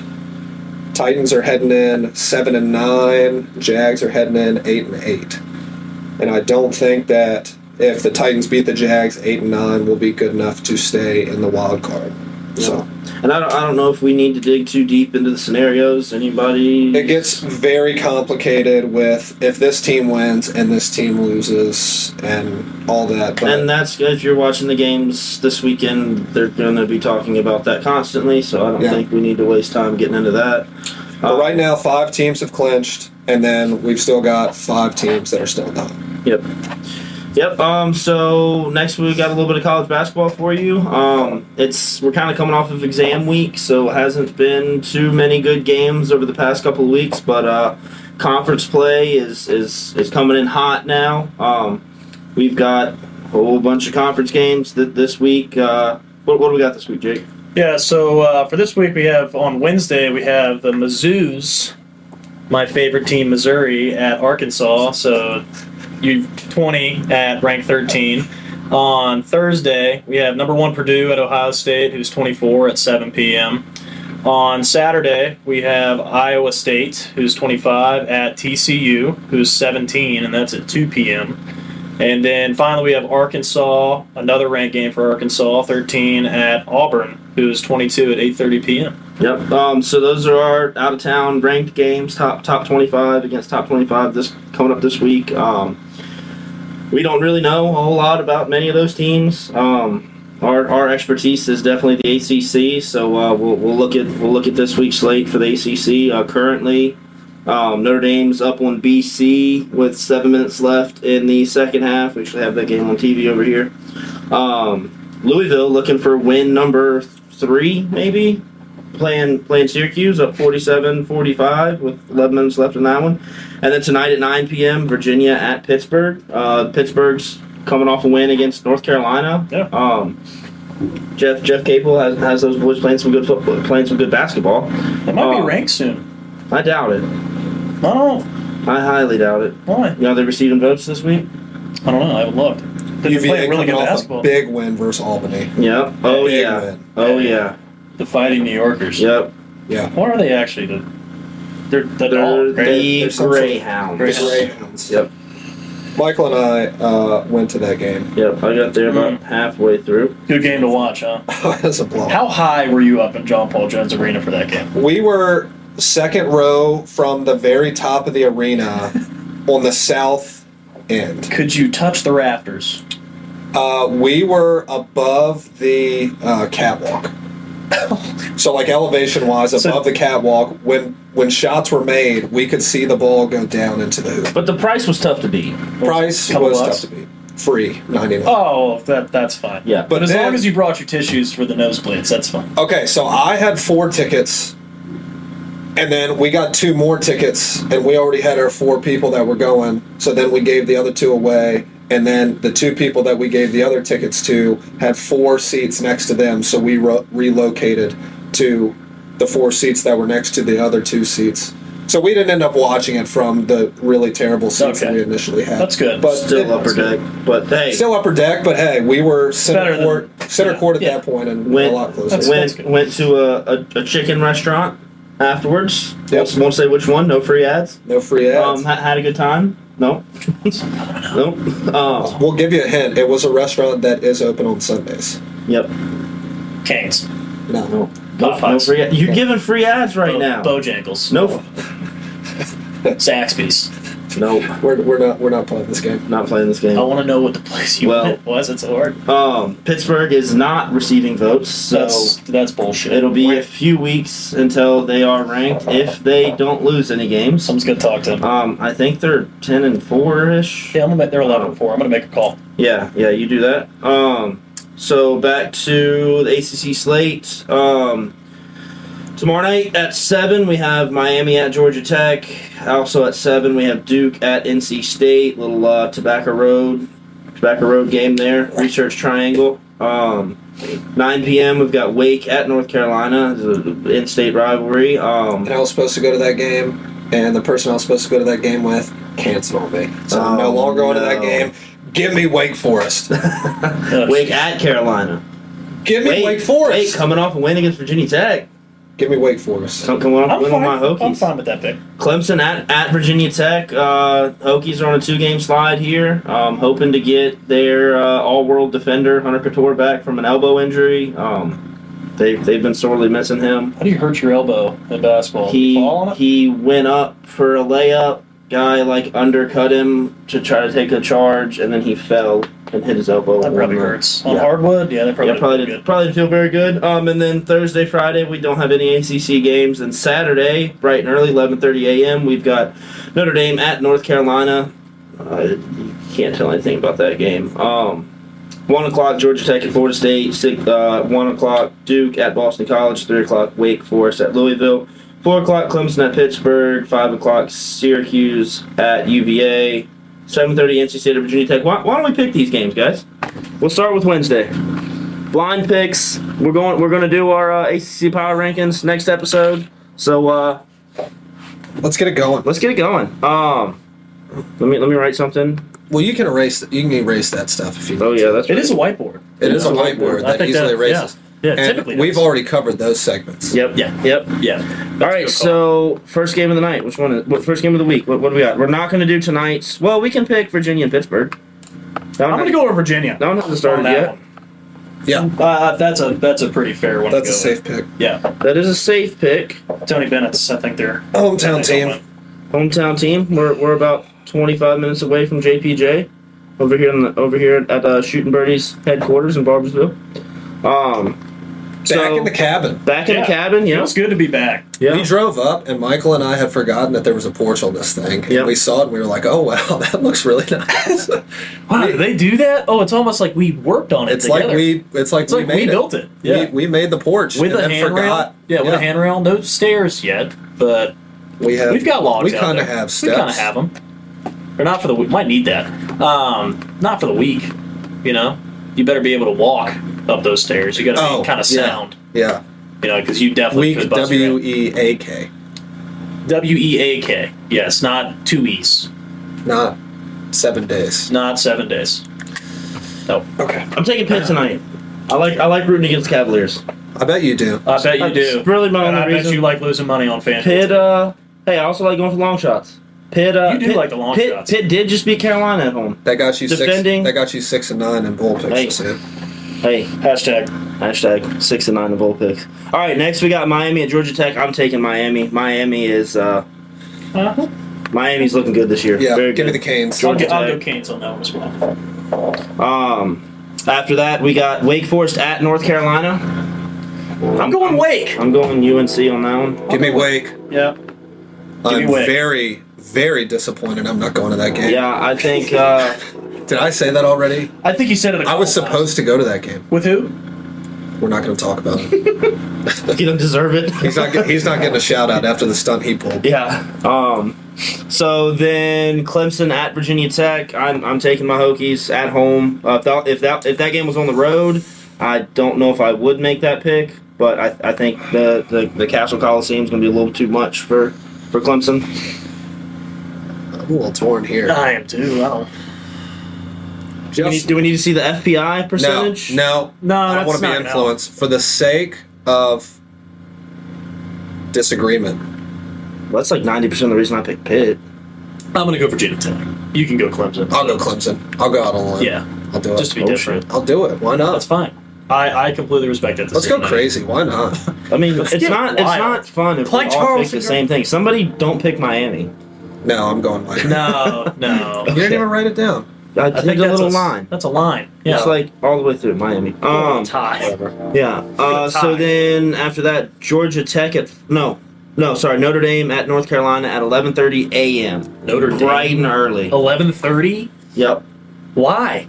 Speaker 3: Titans are heading in seven and nine. Jags are heading in eight and eight. And I don't think that if the Titans beat the Jags, eight and nine will be good enough to stay in the wild card. So
Speaker 1: And I don't, I don't know if we need to dig too deep into the scenarios. Anybody?
Speaker 3: it gets very complicated with if this team wins and this team loses and all that. But
Speaker 1: And that's if you're watching the games this weekend, they're going to be talking about that constantly. So I don't
Speaker 3: Yeah.
Speaker 1: think we need to waste time getting into that.
Speaker 3: but
Speaker 1: Uh,
Speaker 3: right now, five teams have clinched, and then we've still got five teams that are still not.
Speaker 1: Yep. Um. So next we got a little bit of college basketball for you. Um. It's we're kind of coming off of exam week, so it hasn't been too many good games over the past couple of weeks. But uh, conference play is is is coming in hot now. Um, we've got a whole bunch of conference games th- this week. Uh, what what do we got this week, Jake?
Speaker 2: Yeah, so uh, for this week we have on Wednesday we have the Mizzou's, my favorite team, Missouri at Arkansas. So you twenty at rank thirteen. On Thursday we have number one Purdue at Ohio State, who's twenty four at seven p.m. On Saturday we have Iowa State, who's twenty five at TCU, who's seventeen, and that's at two p.m. And then finally, we have Arkansas, another ranked game for Arkansas, 13 at Auburn, who is 22 at 8:30 p.m.
Speaker 1: Yep. Um, so those are our out of town ranked games, top top twenty five against top twenty five this coming up this week. Um, we don't really know a whole lot about many of those teams. Um, our, our expertise is definitely the ACC, so uh, we'll, we'll look at we'll look at this week's slate for the ACC. Uh, currently, um, Notre Dame's up on BC with seven minutes left in the second half. We actually have that game on TV over here. Um, Louisville looking for win number three, maybe playing playing Syracuse up 47-45 with 11 minutes left in that one. And then tonight at 9 p.m., Virginia at Pittsburgh. Uh, Pittsburgh's coming off a win against North Carolina.
Speaker 2: Yeah.
Speaker 1: Um, Jeff Jeff Capel has, has those boys playing some good football, playing some good basketball.
Speaker 2: They might
Speaker 1: Oh.
Speaker 2: be ranked soon.
Speaker 1: I doubt it.
Speaker 2: Uh, I don't know
Speaker 1: I highly doubt it.
Speaker 2: why.
Speaker 1: You know they're receiving votes this week.
Speaker 2: I don't know. I would love to. They're
Speaker 3: UVA
Speaker 2: playing really
Speaker 3: coming
Speaker 2: good
Speaker 3: off
Speaker 2: basketball.
Speaker 3: a big win versus Albany.
Speaker 1: Yep. Oh
Speaker 3: Big
Speaker 1: yeah.
Speaker 3: win.
Speaker 1: Oh yeah.
Speaker 2: The fighting New Yorkers.
Speaker 1: Yep.
Speaker 2: What are they actually? The, they're the
Speaker 1: They're
Speaker 2: dog, right?
Speaker 1: the
Speaker 3: There's some sort of-
Speaker 1: Greyhounds.
Speaker 3: Greyhounds.
Speaker 1: Yep.
Speaker 3: Michael and I uh, went to that game.
Speaker 1: Yep. I got there about halfway through.
Speaker 2: Good game to watch, huh?
Speaker 3: That's a blow.
Speaker 2: How high were you up in John Paul Jones Arena for that game?
Speaker 3: We were second row from the very top of the arena on the south end.
Speaker 2: Could you touch the rafters?
Speaker 3: Uh, we were above the uh, catwalk. So like elevation wise,
Speaker 2: So-
Speaker 3: above the catwalk, when when shots were made, we could see the ball go down into the hoop.
Speaker 1: But the price was tough to beat.
Speaker 3: Price
Speaker 2: Couple
Speaker 3: was
Speaker 2: bucks?
Speaker 3: tough to beat. Free ninety nine.
Speaker 2: Oh, that that's fine.
Speaker 1: Yeah.
Speaker 2: But,
Speaker 3: But
Speaker 2: as
Speaker 3: then-
Speaker 2: long as you brought your tissues for the nosebleeds, that's fine.
Speaker 3: Okay, so I had four tickets, and then we got two more tickets, and we already had our four people that were going. So then we gave the other two away, and then the two people that we gave the other tickets to had four seats next to them. So we ro- relocated to the four seats that were next to the other two seats. So we didn't end up watching it from the really terrible seats that
Speaker 2: Okay.
Speaker 3: we initially had.
Speaker 2: That's good.
Speaker 3: But
Speaker 1: Still
Speaker 3: it-
Speaker 1: upper deck. But hey,
Speaker 3: Still upper deck, but hey, we were
Speaker 2: Better
Speaker 3: center
Speaker 2: than-
Speaker 3: court, center
Speaker 2: yeah,
Speaker 3: court at
Speaker 2: yeah.
Speaker 3: that point, and
Speaker 1: went
Speaker 3: a lot closer.
Speaker 2: That's-
Speaker 1: went
Speaker 2: good.
Speaker 1: went to a, a, a chicken restaurant afterwards.
Speaker 3: Yep.
Speaker 1: Won't, won't say which one. No free ads.
Speaker 3: no free ads.
Speaker 1: Um, ha- had a good time. No, no. Um,
Speaker 3: We'll give you a hint. It was a restaurant that is open on Sundays.
Speaker 1: yep.
Speaker 2: Canes.
Speaker 1: No.
Speaker 3: No.
Speaker 1: No, no
Speaker 2: Popeyes.
Speaker 1: free. Ad. You're giving free ads right
Speaker 2: Bo-
Speaker 1: now.
Speaker 2: Bojangles.
Speaker 1: No,
Speaker 2: Zaxby's.
Speaker 1: no.
Speaker 3: We're, we're not we're not playing this game.
Speaker 1: Not playing this
Speaker 2: I
Speaker 1: game.
Speaker 2: want to know what the place you
Speaker 1: Well-
Speaker 2: went was. It's hard.
Speaker 1: Um, Pittsburgh is not receiving votes, so
Speaker 2: that's that's bullshit.
Speaker 1: it'll be a
Speaker 2: Wait,
Speaker 1: few weeks until they are ranked. If they don't lose any games,
Speaker 2: someone's gonna talk to him.
Speaker 1: um, I think they're ten and four ish.
Speaker 2: Yeah, I'm gonna make. They're 11 and four. I'm gonna make a call.
Speaker 1: Yeah, yeah, you do that. Um, so back to the ACC slate. Um, tomorrow night at seven we have Miami at Georgia Tech. Also at seven we have Duke at NC State. Little uh, Tobacco Road, Tobacco Road game there. Research Triangle. Um, 9 p.m. We've got Wake at North Carolina. This is an in-state rivalry. Um,
Speaker 3: And I was supposed to go to that game, and the person I was supposed to go to that game with canceled on me, so I'm no
Speaker 1: Oh,
Speaker 3: longer going to
Speaker 1: no.
Speaker 3: that game. Give me Wake Forest.
Speaker 2: Uh,
Speaker 1: Wake at Carolina.
Speaker 3: Give me
Speaker 1: Wake,
Speaker 3: Wake Forest.
Speaker 1: Wake coming off a win against Virginia Tech.
Speaker 3: Give me Wake Forest.
Speaker 1: Come- Coming off a
Speaker 2: I'm
Speaker 1: win
Speaker 2: fine.
Speaker 1: on my Hokies.
Speaker 2: I'm fine with that pick.
Speaker 1: Clemson at, at Virginia Tech. Uh, Hokies are on a two game slide here, um, hoping to get their uh, all world defender Hunter Couture back from an elbow injury. Um, they they've been sorely missing him.
Speaker 2: How do you hurt your elbow in basketball?
Speaker 1: He
Speaker 2: you fall on it?
Speaker 1: he went up for a layup. Guy like undercut him to try to take a charge, and then he fell and hit his elbow. Um,
Speaker 2: that
Speaker 1: on
Speaker 2: probably
Speaker 1: the-
Speaker 2: hurts. On
Speaker 1: Yeah.
Speaker 2: hardwood, yeah, that probably,
Speaker 1: yeah, probably didn't,
Speaker 2: good.
Speaker 1: probably didn't feel very good. Um, and then Thursday, Friday, we don't have any ACC games. And Saturday, bright and early, 11:30 a.m., we've got Notre Dame at North Carolina. Uh, you can't tell anything about that game. Um, one o'clock, Georgia Tech at Florida State. Six, uh, one o'clock, Duke at Boston College. Three o'clock, Wake Forest at Louisville. Four o'clock, Clemson at Pittsburgh. Five o'clock, Syracuse at UVA. 7:30 NC State at Virginia Tech. Why, why don't we pick these games, guys? We'll start with Wednesday. Blind picks. We're going. We're going to do our uh, ACC power rankings next episode. So uh,
Speaker 3: Let's get it going.
Speaker 1: let's get it going. Um, let me let me write something.
Speaker 3: Well, you can erase that. You can erase that stuff if you.
Speaker 1: Oh yeah, that's
Speaker 2: It is a whiteboard.
Speaker 3: It is a whiteboard
Speaker 2: I
Speaker 3: that
Speaker 2: think
Speaker 3: easily
Speaker 2: that-
Speaker 3: erases.
Speaker 2: Yeah,
Speaker 3: And
Speaker 2: typically
Speaker 3: we've
Speaker 2: does.
Speaker 3: already covered those segments.
Speaker 1: Yep.
Speaker 2: Yeah.
Speaker 1: Yep.
Speaker 2: yeah.
Speaker 1: All right. So first game of the night. Which one? Is, what first game of the week? What, what do we got? We're not going to do tonight's. Well, we can pick Virginia and Pittsburgh. That
Speaker 2: I'm
Speaker 1: one-
Speaker 2: gonna go over Virginia.
Speaker 1: That one hasn't
Speaker 2: On
Speaker 1: started
Speaker 2: that
Speaker 1: yet.
Speaker 2: one.
Speaker 3: Yeah,
Speaker 2: Uh, that's a that's a pretty fair one.
Speaker 3: that's
Speaker 2: to
Speaker 3: a
Speaker 2: go
Speaker 3: safe pick.
Speaker 2: With. Yeah,
Speaker 1: That is a safe pick.
Speaker 2: Tony Bennett's. I think they're
Speaker 3: Hometown
Speaker 2: I think they'll
Speaker 3: team.
Speaker 1: Hometown team. We're, we're about 25 minutes away from JPJ over here in the, over here at uh, Shooting Birdie's headquarters in Barbersville. Um,
Speaker 3: Back
Speaker 1: so-
Speaker 3: in the cabin.
Speaker 1: back in
Speaker 2: Yeah.
Speaker 1: the cabin.
Speaker 2: win.
Speaker 1: Yeah.
Speaker 2: Feels good to be back.
Speaker 1: Yeah.
Speaker 3: We drove up, and Michael and I had forgotten that there was a porch on this thing.
Speaker 1: Yep.
Speaker 3: And we saw it, and we were like, "Oh wow, that looks really nice."
Speaker 2: Wow,
Speaker 3: We-
Speaker 2: did they do that? Oh, it's almost like we worked on it
Speaker 3: it's
Speaker 2: together.
Speaker 3: like we, it's like
Speaker 2: it's
Speaker 3: we
Speaker 2: like we,
Speaker 3: made it.
Speaker 2: built it. Yeah,
Speaker 3: We, we made the porch
Speaker 2: with
Speaker 3: and
Speaker 2: a
Speaker 3: then
Speaker 2: handrail.
Speaker 3: forgot.
Speaker 2: Yeah, with a handrail. No stairs yet, but
Speaker 3: We have.
Speaker 2: We've got logs.
Speaker 3: We
Speaker 2: out
Speaker 3: kind of
Speaker 2: there.
Speaker 3: have
Speaker 2: We
Speaker 3: steps.
Speaker 2: kind of have them. Or not for the week. Might need that. Um, not for the week. You know, you better be able to walk up those stairs. You got to
Speaker 3: Oh,
Speaker 2: be kind of
Speaker 3: yeah.
Speaker 2: sound.
Speaker 3: Yeah.
Speaker 2: You know, because you definitely
Speaker 3: Week
Speaker 2: could bust
Speaker 3: W E A K.
Speaker 2: W E A K. Yes, not two E's,
Speaker 3: Not seven days.
Speaker 2: not seven days. No,
Speaker 3: Okay.
Speaker 1: I'm taking Pitt tonight. I like I like rooting against Cavaliers.
Speaker 3: I bet you do.
Speaker 2: I bet you do.
Speaker 1: It's really my
Speaker 2: And I
Speaker 1: only
Speaker 2: bet
Speaker 1: reason.
Speaker 2: you like losing money on FanDuel.
Speaker 1: Pitt. Uh, hey, I also like going for long shots. Pitt. Uh,
Speaker 2: You do
Speaker 1: Pitt,
Speaker 2: like the long
Speaker 1: Pitt,
Speaker 2: shots.
Speaker 1: Pitt did just beat Carolina at home.
Speaker 3: That got you
Speaker 1: Defending-
Speaker 3: six. That got you six and nine in bowl pictures.
Speaker 1: Hey.
Speaker 3: man.
Speaker 1: Hey,
Speaker 2: Hashtag.
Speaker 1: Hashtag six and nine of bowl picks. All right, next we got Miami at Georgia Tech. I'm taking Miami. Miami is uh,
Speaker 2: Uh-huh.
Speaker 1: Miami's looking good this year.
Speaker 3: Yeah.
Speaker 1: Very
Speaker 3: give
Speaker 1: good.
Speaker 3: me the canes.
Speaker 2: I'll,
Speaker 1: Georgia
Speaker 2: go, I'll
Speaker 1: Tech.
Speaker 2: go Canes on that one as well.
Speaker 1: Um, after that we got Wake Forest at North Carolina.
Speaker 2: I'm going Wake.
Speaker 1: I'm going UNC on that one.
Speaker 3: Give me Wake.
Speaker 2: Yeah. me
Speaker 3: I'm
Speaker 2: Wake.
Speaker 3: very, very disappointed. I'm not going to that game.
Speaker 1: Yeah, I think uh,
Speaker 3: Did I say that already?
Speaker 2: I think he said it. I
Speaker 3: I was supposed to go to that game.
Speaker 2: With who?
Speaker 3: We're not going to talk about it.
Speaker 1: you don't deserve it.
Speaker 3: He's not. get- He's not getting a shout out after the stunt he pulled.
Speaker 2: Yeah.
Speaker 1: Um, so then Clemson at Virginia Tech. I'm, I'm taking my Hokies at home. Uh, if, that, if that if that game was on the road, I don't know if I would make that pick, but I, I think the, the, the Castle Coliseum is going to be a little too much for, for Clemson.
Speaker 3: I'm a little torn here.
Speaker 2: I am too. I don't.
Speaker 1: Do we, need,
Speaker 3: Just
Speaker 1: do we need to see the FPI
Speaker 3: no,
Speaker 1: percentage?
Speaker 3: no.
Speaker 2: No,
Speaker 3: I don't
Speaker 2: that's
Speaker 3: want to be
Speaker 2: not gonna
Speaker 3: influenced for the sake of disagreement.
Speaker 1: Well, that's like 90% of the reason I picked Pitt.
Speaker 2: I'm gonna go Virginia Tech. You can go Clemson.
Speaker 3: I'll go Clemson. I'll go out on a limb.
Speaker 2: Yeah.
Speaker 3: I'll do it.
Speaker 2: Just to be
Speaker 1: Oh,
Speaker 2: different.
Speaker 3: I'll do it. Why
Speaker 2: That's
Speaker 3: not?
Speaker 2: fine. I, I completely respect that.
Speaker 3: Let's go
Speaker 2: decision.
Speaker 3: crazy. Why not?
Speaker 1: I mean, it's
Speaker 2: get
Speaker 1: not it's
Speaker 2: wild.
Speaker 1: not fun if
Speaker 2: Play
Speaker 1: we all
Speaker 2: Charles
Speaker 1: pick the
Speaker 2: and-
Speaker 1: same thing. Somebody don't pick Miami.
Speaker 3: No, I'm going Miami.
Speaker 2: No, no.
Speaker 3: You didn't even write it down.
Speaker 1: I, did a little line.
Speaker 2: That's a line. Yeah.
Speaker 1: It's like all the way through Miami. Um,
Speaker 2: tie.
Speaker 1: Yeah. Uh, so
Speaker 2: tie.
Speaker 1: then after that, Georgia Tech at no, no, sorry, Notre Dame at North Carolina at 11:30 a.m.
Speaker 2: Notre Dame. Oh.
Speaker 1: bright and early.
Speaker 2: Eleven thirty.
Speaker 1: Yep.
Speaker 2: Why?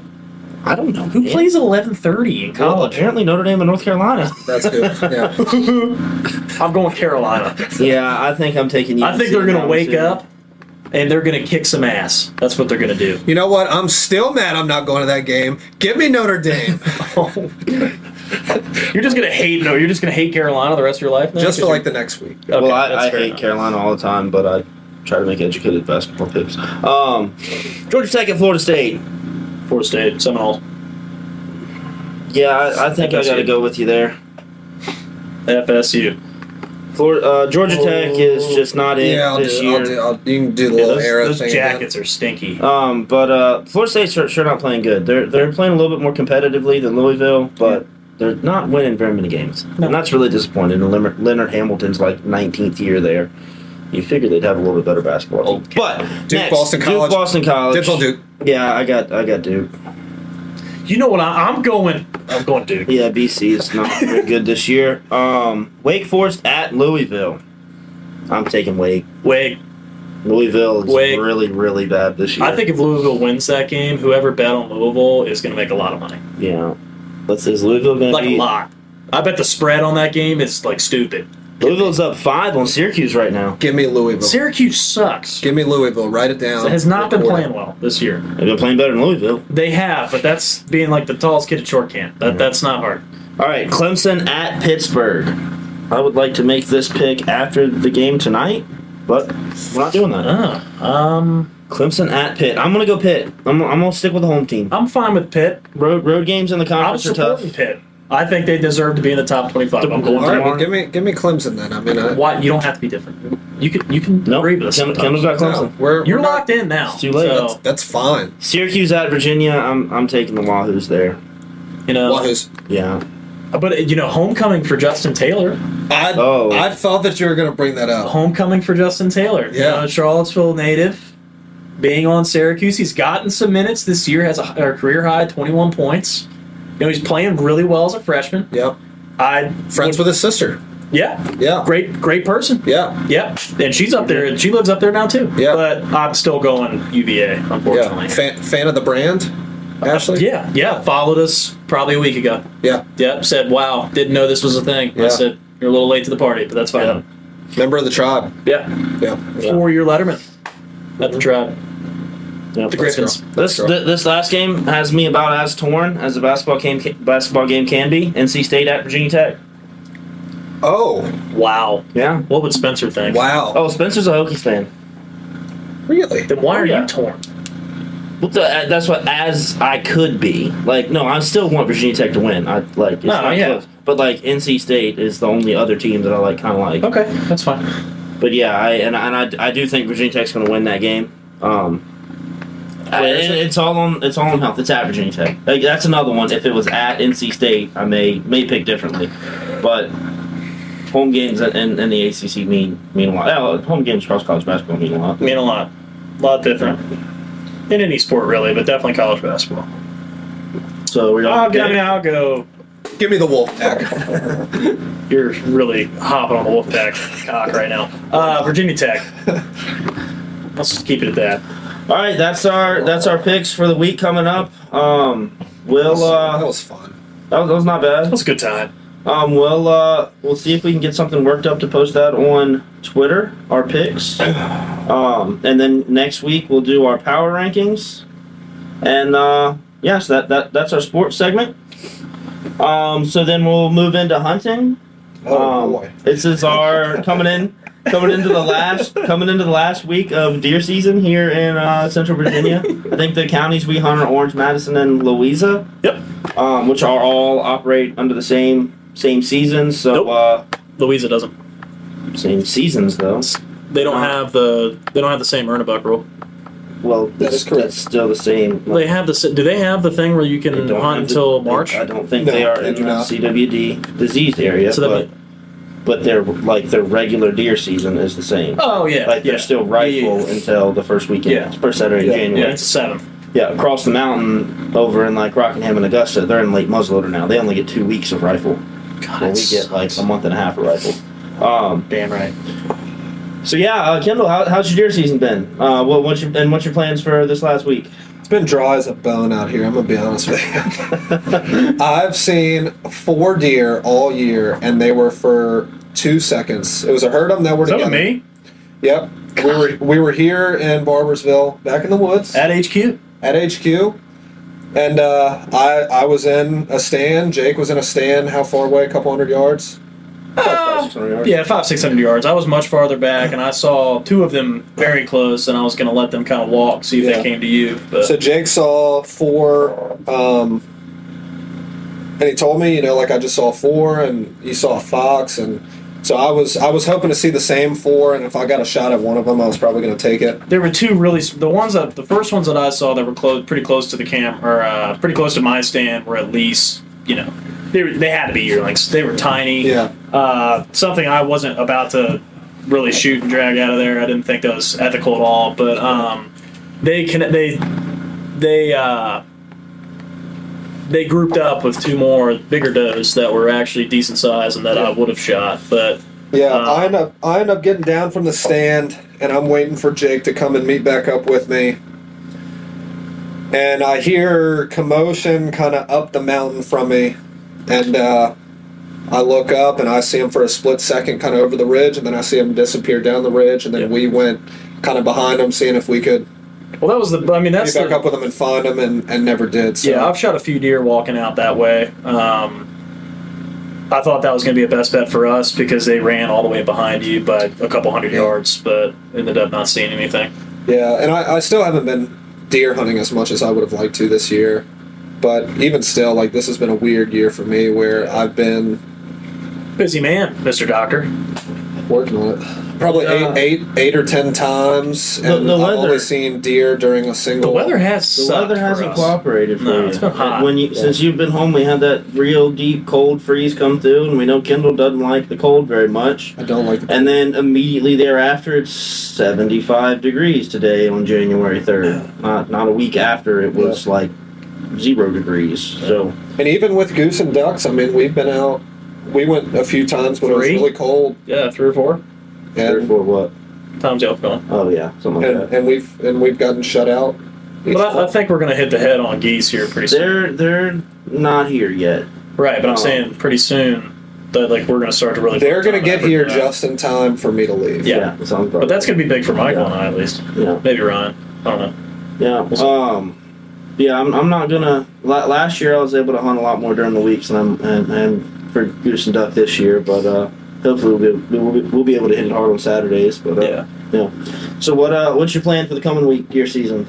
Speaker 1: I don't know
Speaker 2: Who plays eleven thirty in
Speaker 1: Well,
Speaker 2: college?
Speaker 1: apparently Notre Dame and North Carolina.
Speaker 3: That's good. Yeah.
Speaker 2: I'm going Carolina.
Speaker 1: yeah, I think I'm taking.
Speaker 2: I think
Speaker 1: UNC
Speaker 2: they're gonna
Speaker 1: now,
Speaker 2: wake
Speaker 1: too.
Speaker 2: up and they're gonna kick some ass. That's what they're gonna do.
Speaker 3: You know what? I'm still mad I'm not going to that game. Give me Notre Dame.
Speaker 2: You're just gonna hate. No, you're just gonna hate Carolina the rest of your life. Now?
Speaker 3: Just for
Speaker 2: Because
Speaker 3: like the next week.
Speaker 2: you're- okay,
Speaker 1: well, I,
Speaker 2: that's
Speaker 1: I
Speaker 2: fair
Speaker 1: hate
Speaker 2: enough.
Speaker 1: Carolina all the time, but I try to make educated basketball picks. Um, Georgia Tech at Florida State.
Speaker 2: Florida State Seminoles.
Speaker 1: Yeah, I, I think I,
Speaker 2: That's
Speaker 1: got to
Speaker 2: you.
Speaker 1: go with you there.
Speaker 2: FSU.
Speaker 1: Florida, uh, Georgia Tech is
Speaker 2: Oh,
Speaker 1: just not in
Speaker 3: Yeah, I'll
Speaker 1: this
Speaker 3: do,
Speaker 1: year.
Speaker 3: I'll do. I'll You can do the
Speaker 2: Yeah,
Speaker 3: little
Speaker 2: those
Speaker 3: arrow
Speaker 2: those
Speaker 3: thing.
Speaker 2: jackets are stinky.
Speaker 1: Um, but uh, Florida State's sure, sure not playing good. They're they're playing a little bit more competitively than Louisville, but they're not winning very many games,
Speaker 2: No.
Speaker 1: and that's really disappointing. And Leonard, Leonard Hamilton's like 19th year there. You figure they'd have a little bit better basketball team.
Speaker 2: Oh,
Speaker 1: But
Speaker 3: Duke,
Speaker 1: next,
Speaker 3: Boston College.
Speaker 1: Duke, Boston
Speaker 3: again.
Speaker 1: College.
Speaker 3: Dips on Duke.
Speaker 1: Yeah, I got I got Duke.
Speaker 2: You know what? I, I'm going. I'm going Duke.
Speaker 1: Yeah, BC is not very good this year. Um, Wake Forest at Louisville. I'm taking Wake.
Speaker 2: Wait,
Speaker 1: Louisville is
Speaker 2: Wake.
Speaker 1: really really bad this year.
Speaker 2: I think if Louisville wins that game, whoever bet on Louisville is going to make a lot of money.
Speaker 1: yeah. Let's is Louisville going
Speaker 2: Like
Speaker 1: to
Speaker 2: a
Speaker 1: be
Speaker 2: lot. I bet the spread on that game is like stupid.
Speaker 1: Louisville's up five on Syracuse right now.
Speaker 3: Give me Louisville.
Speaker 2: Syracuse sucks.
Speaker 3: Give me Louisville. Write it down.
Speaker 2: It has not been
Speaker 3: Record it.
Speaker 2: playing well this year.
Speaker 1: They've been playing better than Louisville.
Speaker 2: They have, but that's being like the tallest kid at short camp. That, That's not hard.
Speaker 1: All right, Clemson at Pittsburgh. I would like to make this pick after the game tonight, but we're not doing that.
Speaker 2: Uh, um,
Speaker 1: Clemson at Pitt. I'm gonna go Pitt. I'm, I'm gonna stick with the home team.
Speaker 2: I'm fine with Pitt.
Speaker 1: Uh, Road road games in the
Speaker 2: I'm
Speaker 1: conference are
Speaker 2: supporting
Speaker 1: tough.
Speaker 2: Pitt. I think they deserve to be in the top 25. I'm going
Speaker 3: All right,
Speaker 2: tomorrow.
Speaker 3: well, give me give me Clemson then. I mean, I,
Speaker 2: Why you don't have to be different. You can you can
Speaker 1: No,
Speaker 2: agree with us.
Speaker 1: Kim,
Speaker 2: sometimes.
Speaker 1: Kim's got
Speaker 3: no,
Speaker 1: Clemson.
Speaker 3: we're
Speaker 2: You're
Speaker 3: we're
Speaker 2: locked in now.
Speaker 1: It's too late.
Speaker 2: So,
Speaker 3: That's fine.
Speaker 1: Syracuse at Virginia. I'm I'm taking the Wahoos there.
Speaker 2: you know,
Speaker 3: Wahoos.
Speaker 1: Yeah.
Speaker 2: But you know, homecoming for Justin Taylor.
Speaker 3: I
Speaker 1: Oh.
Speaker 3: I thought that you were gonna bring that up.
Speaker 2: Homecoming for Justin Taylor. You
Speaker 3: Yeah.
Speaker 2: know, Charlottesville native, being on Syracuse, he's gotten some minutes this year. Has a, a career high twenty one points. You know, he's playing really well as a freshman.
Speaker 3: Yep.
Speaker 2: I
Speaker 3: Friends with his sister.
Speaker 2: yeah,
Speaker 3: Yeah.
Speaker 2: great great person.
Speaker 3: Yeah.
Speaker 2: Yep, and she's up there. She lives up there now too.
Speaker 3: Yeah.
Speaker 2: but I'm still going UVA. Unfortunately.
Speaker 3: Yeah. Fan, fan of the brand, Ashley.
Speaker 2: Uh, Yeah, yeah. Followed us probably a week ago.
Speaker 3: Yeah.
Speaker 2: Yep. Said, "Wow, didn't know this was a thing." I
Speaker 3: Yeah.
Speaker 2: said, "You're a little late to the party, but that's fine."
Speaker 3: Member of the tribe.
Speaker 2: Yeah.
Speaker 3: Yeah.
Speaker 2: Four-year Letterman at the tribe.
Speaker 1: Yep.
Speaker 2: The Griffins.
Speaker 3: Let's
Speaker 1: This
Speaker 3: go.
Speaker 1: th- this last game has me about as torn as a basketball game can, basketball game can be. NC State at Virginia Tech.
Speaker 3: Oh
Speaker 2: Wow.
Speaker 1: Yeah.
Speaker 2: What would Spencer think?
Speaker 3: wow.
Speaker 1: Oh, Spencer's a Hokies fan.
Speaker 3: Really?
Speaker 2: Then why
Speaker 1: Oh,
Speaker 2: are
Speaker 1: yeah.
Speaker 2: you torn?
Speaker 1: Well, th- uh, that's what as I could be. Like, no, I still want Virginia Tech to win. I like it's
Speaker 2: No,
Speaker 1: not
Speaker 2: yeah.
Speaker 1: close. But like NC State is the only other team that I like, kind of like.
Speaker 2: Okay, that's fine.
Speaker 1: But yeah, I and, and I, I do think Virginia Tech's going to win that game. Um, I-
Speaker 2: Where is
Speaker 1: and
Speaker 2: it?
Speaker 1: it's all on it's all on health. It's at Virginia Tech. Like, that's another one. If it was at NC State, I may may pick differently. But home games and, and, and the ACC mean mean a lot. Oh, home games cross college basketball mean a lot.
Speaker 2: I mean, a lot, a lot different in any sport really, but definitely college basketball.
Speaker 1: So we all
Speaker 2: I'll, go- I mean, I'll go
Speaker 3: Give me the wolf pack.
Speaker 2: You're really hopping on the Wolfpack cock right now. Uh, Virginia Tech. Let's just keep it at that.
Speaker 1: All right, that's our that's our picks for the week coming up. Um, we'll uh,
Speaker 3: that was fun.
Speaker 1: that was, that was not bad.
Speaker 2: That was a good time.
Speaker 1: Um, we'll uh, we'll see if we can get something worked up to post that on Twitter. Our picks, um, and then next week we'll do our power rankings, and uh, yes, that, that that's our sports segment. Um, so then we'll move into hunting.
Speaker 3: Oh
Speaker 1: um,
Speaker 3: boy.
Speaker 1: This is our coming in, coming into the last, coming into the last week of deer season here in uh, Central Virginia. I think the counties we hunt are Orange, Madison, and Louisa. Yep. Um, which are all operate under the same same seasons. So
Speaker 2: Nope.
Speaker 1: uh,
Speaker 2: Louisa doesn't.
Speaker 1: same seasons though.
Speaker 2: They don't
Speaker 1: Uh-huh.
Speaker 2: have the they don't have the same Ernebuck rule.
Speaker 1: Well,
Speaker 3: That is
Speaker 1: that's,
Speaker 3: correct.
Speaker 1: that's still the same.
Speaker 2: They have the s- do they have the thing where you
Speaker 1: They
Speaker 2: can
Speaker 1: don't
Speaker 2: hunt
Speaker 1: have the-
Speaker 2: until
Speaker 1: they-
Speaker 2: March?
Speaker 1: I don't think
Speaker 3: No,
Speaker 1: they are
Speaker 3: they
Speaker 1: in
Speaker 3: do
Speaker 1: the
Speaker 3: not.
Speaker 1: CWD disease area,
Speaker 2: So that
Speaker 1: but,
Speaker 2: mean-
Speaker 1: but their like their regular deer season is the same.
Speaker 2: oh yeah,
Speaker 1: Like
Speaker 2: yeah.
Speaker 1: they're still
Speaker 2: Yeah, yeah,
Speaker 1: rifle
Speaker 2: yeah.
Speaker 1: until the first weekend,
Speaker 2: Yeah.
Speaker 1: first Saturday
Speaker 3: Yeah.
Speaker 1: in January.
Speaker 2: Yeah, it's a seven.
Speaker 1: Yeah, across the mountain over in like Rockingham and Augusta, they're in late muzzleloader now. They only get two weeks of rifle. Well,
Speaker 2: God,
Speaker 1: we
Speaker 2: it's-
Speaker 1: get like a month and a half of rifle. Um,
Speaker 2: damn right.
Speaker 1: so yeah, uh, Kendall, how, how's your deer season been? Uh, what, what's your, and what's your plans for this last week?
Speaker 3: It's been dry as a bone out here. I'm gonna be honest with you.
Speaker 1: That's
Speaker 3: I've seen four deer all year, and they were for two seconds. It was a herd of them that were
Speaker 2: Is that with
Speaker 3: together.
Speaker 2: me
Speaker 3: Yep. We were we were here in Barbersville, back in the woods
Speaker 2: at HQ?
Speaker 3: at HQ, and uh, I I was in a stand. Jake was in a stand. How far away? A couple hundred yards.
Speaker 2: Uh,
Speaker 1: yeah.
Speaker 2: yeah, five six hundred yards. I was much farther back, and I saw two of them very close, and I was going to let them kind of walk, see if
Speaker 3: Yeah.
Speaker 2: they came to you. But
Speaker 3: So Jake saw four, um, and he told me, you know, like I just saw four, and you saw a fox, and so I was I was hoping to see the same four, and if I got a shot at one of them, I was probably going to take it.
Speaker 2: there were two really the ones that the first ones that I saw that were close, pretty close to the camp or uh, pretty close to my stand were at least you know they were- they had to be yearlings. They were tiny.
Speaker 3: Yeah.
Speaker 2: Uh, something I wasn't about to really shoot and drag out of there. I didn't think that was ethical at all. But um, they can they they uh, they grouped up with two more bigger does that were actually decent size and that I would have shot. But
Speaker 3: Yeah,
Speaker 2: Uh,
Speaker 3: I end up I end up getting down from the stand, and I'm waiting for Jake to come and meet back up with me. And I hear commotion kind of up the mountain from me, and uh, I look up and I see him for a split second, kind of over the ridge, and then I see him disappear down the ridge, and then
Speaker 2: Yep.
Speaker 3: we went kind of behind him, seeing if we could
Speaker 2: well, that was the I mean that's
Speaker 3: meet back
Speaker 2: the,
Speaker 3: up with him and find him, and, and never did. So.
Speaker 2: Yeah, I've shot a few deer walking out that way. Um, I thought that was going to be a best bet for us because they ran all the way behind you by a couple hundred
Speaker 3: Yeah.
Speaker 2: yards, but ended up not seeing anything.
Speaker 3: Yeah, and I, I still haven't been deer hunting as much as I would have liked to this year. But even still, like this has been a weird year for me where I've been
Speaker 2: Busy man, Mr. Doctor.
Speaker 3: working on it probably
Speaker 1: Uh,
Speaker 3: eight, eight, eight or ten times, and
Speaker 1: The- the
Speaker 3: I've
Speaker 1: weather-
Speaker 3: only seen deer during a
Speaker 2: The
Speaker 3: single.
Speaker 2: weather has
Speaker 1: The weather hasn't cooperated for
Speaker 2: No,
Speaker 1: you.
Speaker 2: it's been hot.
Speaker 1: When you
Speaker 3: Yeah.
Speaker 1: since you've been home, we had that real deep cold freeze come through, and we know Kendall doesn't like the cold very much.
Speaker 3: I don't like. The,
Speaker 1: And then immediately thereafter, it's 75 degrees today on January 3rd. Not not a week after, it was like zero degrees. So
Speaker 3: and even with goose and ducks, I mean, we've been out. We went a few times when
Speaker 2: Three?
Speaker 3: it was really cold,
Speaker 2: Yeah, three or four
Speaker 1: three,
Speaker 3: and
Speaker 1: four, what?
Speaker 2: times elk going.
Speaker 1: Oh yeah, something like
Speaker 3: and,
Speaker 1: that.
Speaker 3: and we've and we've gotten shut out. each
Speaker 2: But I, I
Speaker 3: time.
Speaker 2: think we're going to hit the head on geese here pretty soon.
Speaker 1: They're they're not here yet.
Speaker 2: right, but I'm
Speaker 1: Oh.
Speaker 2: saying pretty soon that like we're going to start to really.
Speaker 3: They're
Speaker 2: put time
Speaker 3: gonna get
Speaker 2: effort
Speaker 3: here
Speaker 2: into that.
Speaker 3: just in time for me to leave.
Speaker 2: Yeah.
Speaker 1: yeah sounds
Speaker 2: But
Speaker 1: about
Speaker 2: that's going to be big for Michael
Speaker 1: Yeah.
Speaker 2: and I at least.
Speaker 1: yeah.
Speaker 2: Maybe Ryan. I don't know.
Speaker 1: Yeah. Um. Yeah, I'm, I'm not gonna. la- Last year I was able to hunt a lot more during the weeks, and I'm and, and for goose and duck this year. But uh, hopefully we'll be, we'll be we'll be able to hit it hard on Saturdays. But uh,
Speaker 2: Yeah.
Speaker 1: So what uh what's your plan for the coming week deer season?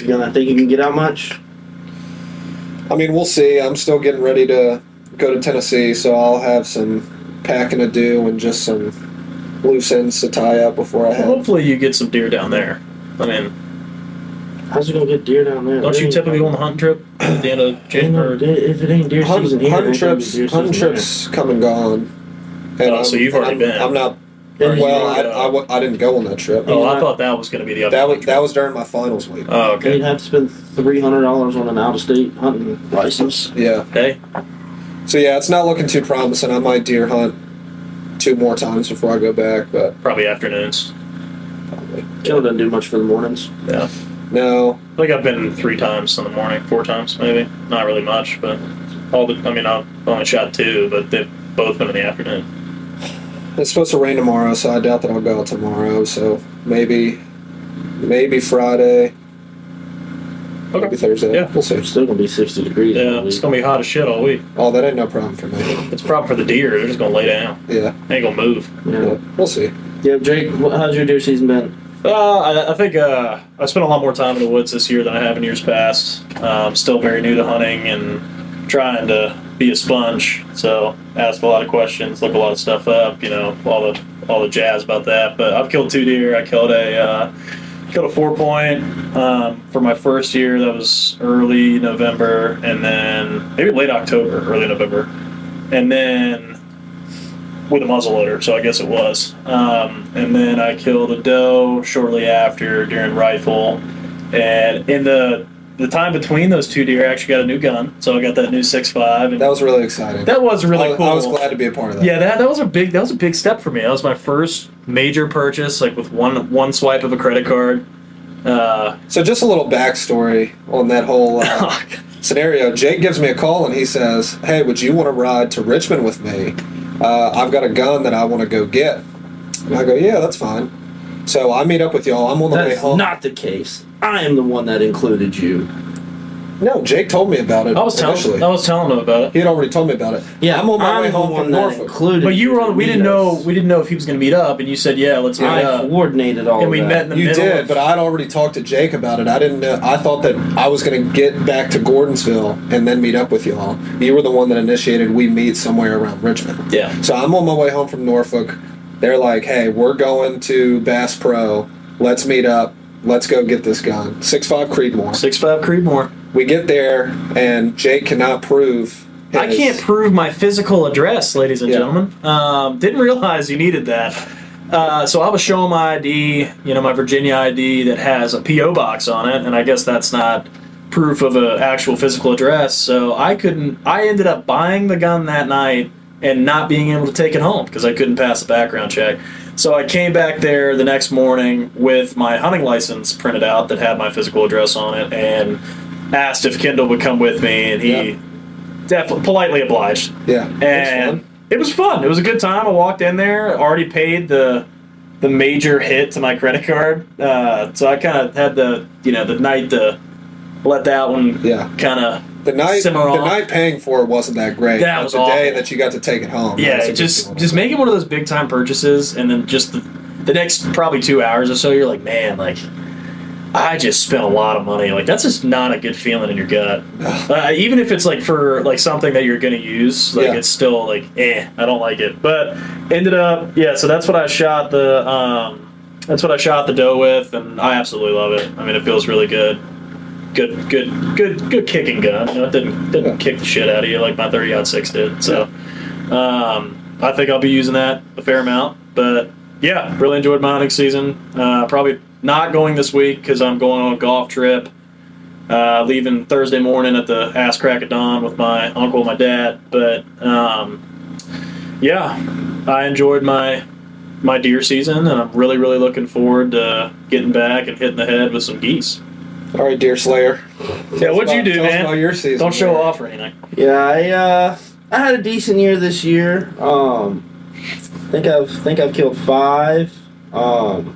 Speaker 1: You gonna think you can get out much?
Speaker 3: I mean, we'll see. I'm still getting ready to go to Tennessee, so I'll have some packing to do and just some loose ends to tie up before I
Speaker 2: Well,
Speaker 3: head.
Speaker 2: hopefully you get some deer down there. I mean,
Speaker 1: How's it gonna get deer down there?
Speaker 2: don't
Speaker 1: It
Speaker 2: you
Speaker 1: ain't-
Speaker 2: typically go on the hunting trip at the end of
Speaker 1: ain't no
Speaker 2: January?
Speaker 1: deer- If it ain't deer season
Speaker 3: Hunt,
Speaker 1: here, it
Speaker 3: hunt
Speaker 1: ain't gonna be
Speaker 3: trips,
Speaker 1: deer
Speaker 3: hunt
Speaker 1: season
Speaker 3: trips come and gone.
Speaker 2: Oh, so you've
Speaker 3: and
Speaker 2: already
Speaker 3: I'm,
Speaker 2: been.
Speaker 3: I'm not.
Speaker 1: there.
Speaker 2: Or
Speaker 3: Well,
Speaker 2: you,
Speaker 3: I, I, wa- I didn't go on that trip.
Speaker 2: Oh,
Speaker 1: Yeah.
Speaker 2: I thought that was going to be the other
Speaker 3: That
Speaker 2: one.
Speaker 3: was that was during my finals week.
Speaker 2: Oh,
Speaker 1: And you'd
Speaker 2: okay.
Speaker 1: have to spend three hundred dollars on an out of state hunting license.
Speaker 3: Yeah.
Speaker 2: Okay.
Speaker 3: So yeah, it's not looking too promising. I might deer hunt two more times before I go back, but
Speaker 2: Probably afternoons.
Speaker 3: probably
Speaker 1: Killing doesn't do much for the mornings.
Speaker 2: Yeah.
Speaker 3: no.
Speaker 2: I think I've been three times in the morning, four times maybe. Not really much, but all the. I mean, I've only shot two, but they've both been in the afternoon.
Speaker 3: It's supposed to rain tomorrow, so I doubt that I'll go out tomorrow. So maybe, maybe Friday, maybe Thursday.
Speaker 2: Yeah.
Speaker 3: We'll see.
Speaker 1: It's still gonna be 60 degrees.
Speaker 2: Yeah,
Speaker 1: probably.
Speaker 2: it's gonna be hot as shit all week.
Speaker 3: Oh, that ain't no problem for me.
Speaker 2: It's a problem for the deer. They're just gonna lay down.
Speaker 3: Yeah,
Speaker 2: They ain't gonna move.
Speaker 1: yeah.
Speaker 3: yeah. we'll see.
Speaker 1: yeah, Jake, wh- how's your deer season been?
Speaker 2: Uh, I, I think uh, I spent a lot more time in the woods this year than I have in years past. Uh, I'm still very new to hunting and trying to be a sponge. So ask a lot of questions, look a lot of stuff up. You know, all the all the jazz about that. But I've killed two deer. I killed a uh, killed a four point um, for my first year. That was early November, and then maybe late October, early November, and then with a muzzleloader, so I guess it was. Um, and then I killed a doe shortly after during rifle, and in the the time between those two deer, I actually got a new gun, so I got that new six five, and
Speaker 3: That was really exciting.
Speaker 2: that was really
Speaker 3: I,
Speaker 2: cool.
Speaker 3: I was glad to be a part of that.
Speaker 2: Yeah, that, that was a big that was a big step for me. That was my first major purchase, like with one one swipe of a credit card. Uh,
Speaker 3: So just a little backstory on that whole uh,
Speaker 2: Oh,
Speaker 3: scenario. Jake gives me a call and he says, "Hey, would you want to ride to Richmond with me? Uh, I've got a gun that I want to go get." And I go, "Yeah, that's fine." So I meet up with y'all. I'm on the way
Speaker 1: That's
Speaker 3: home.
Speaker 1: not the case. I am the one that included you.
Speaker 3: no, Jake told me about it
Speaker 2: I was telling
Speaker 3: initially.
Speaker 2: I was telling them about it.
Speaker 3: He had already told me about it.
Speaker 1: Yeah,
Speaker 3: I'm on my
Speaker 1: I'm
Speaker 3: way
Speaker 1: the
Speaker 3: home
Speaker 1: one
Speaker 3: from
Speaker 1: that
Speaker 3: Norfolk.
Speaker 1: included.
Speaker 2: But you were on. We didn't know.
Speaker 1: us.
Speaker 2: We didn't know if he was going to meet up, and you said, "Yeah, let's meet
Speaker 1: I
Speaker 2: up."
Speaker 1: coordinated all.
Speaker 2: And we
Speaker 1: of
Speaker 2: met
Speaker 1: that.
Speaker 2: in the
Speaker 3: You
Speaker 2: middle.
Speaker 3: did,
Speaker 2: of-
Speaker 3: but I'd already talked to Jake about it. I didn't know. I thought that I was going to get back to Gordonsville and then meet up with y'all. You were the one that initiated we meet somewhere around Richmond.
Speaker 2: yeah.
Speaker 3: So I'm on my way home from Norfolk. They're like, hey, we're going to Bass Pro. Let's meet up. Let's go get this gun. 6'5 Creedmoor.
Speaker 2: Six five Creedmoor.
Speaker 3: We get there, and Jake cannot prove.
Speaker 2: I
Speaker 3: his-
Speaker 2: can't prove my physical address, ladies and
Speaker 3: Yeah.
Speaker 2: gentlemen. Um, didn't realize you needed that. Uh, so I was showing my ID, you know, my Virginia ID that has a PO box on it, and I guess that's not proof of an actual physical address. So I couldn't. I ended up buying the gun that night and not being able to take it home because I couldn't pass the background check. So I came back there the next morning with my hunting license printed out that had my physical address on it, and asked if Kendall would come with me, and he
Speaker 3: Yeah.
Speaker 2: definitely politely obliged.
Speaker 3: Yeah. that's
Speaker 2: And
Speaker 3: fun.
Speaker 2: it was fun. It was a good time. I walked in there, already paid the the major hit to my credit card, uh, so I kind of had the you know the night to let that one
Speaker 3: Yeah.
Speaker 2: kind of
Speaker 3: The night, the
Speaker 2: simmer off.
Speaker 3: night paying for it wasn't that great.
Speaker 2: That
Speaker 3: but
Speaker 2: was
Speaker 3: the day
Speaker 2: awful.
Speaker 3: that you got to take it home. that was a
Speaker 2: yeah
Speaker 3: good
Speaker 2: just
Speaker 3: feeling.
Speaker 2: just making one of those big time purchases, and then just the, the next probably two hours or so, you're like, man, like. I just spent a lot of money. Like that's just not a good feeling in your gut. Uh, even if it's like for like something that you're gonna use, like
Speaker 3: Yeah.
Speaker 2: it's still like eh, I don't like it. But ended up yeah. So that's what I shot the um, that's what I shot the doe with, and I absolutely love it. I mean, it feels really good. Good, good, good, good kicking gun. You know, it didn't didn't kick the shit out of you like my thirty six did. So um, I think I'll be using that a fair amount. But yeah, really enjoyed my hunting season. Uh, probably not going this week because I'm going on a golf trip. Uh, leaving Thursday morning at the ass crack of dawn with my uncle and my dad. But um, yeah, I enjoyed my my deer season, and I'm really really looking forward to getting back and hitting the head with some geese.
Speaker 3: All right, Deer Slayer.
Speaker 2: Yeah, what'd you do,
Speaker 3: Tell us about
Speaker 2: man?
Speaker 3: your season,
Speaker 2: Don't show
Speaker 3: man.
Speaker 2: off or anything.
Speaker 1: Yeah, I uh, I had a decent year this year. Um, think I've think I've killed five. Um,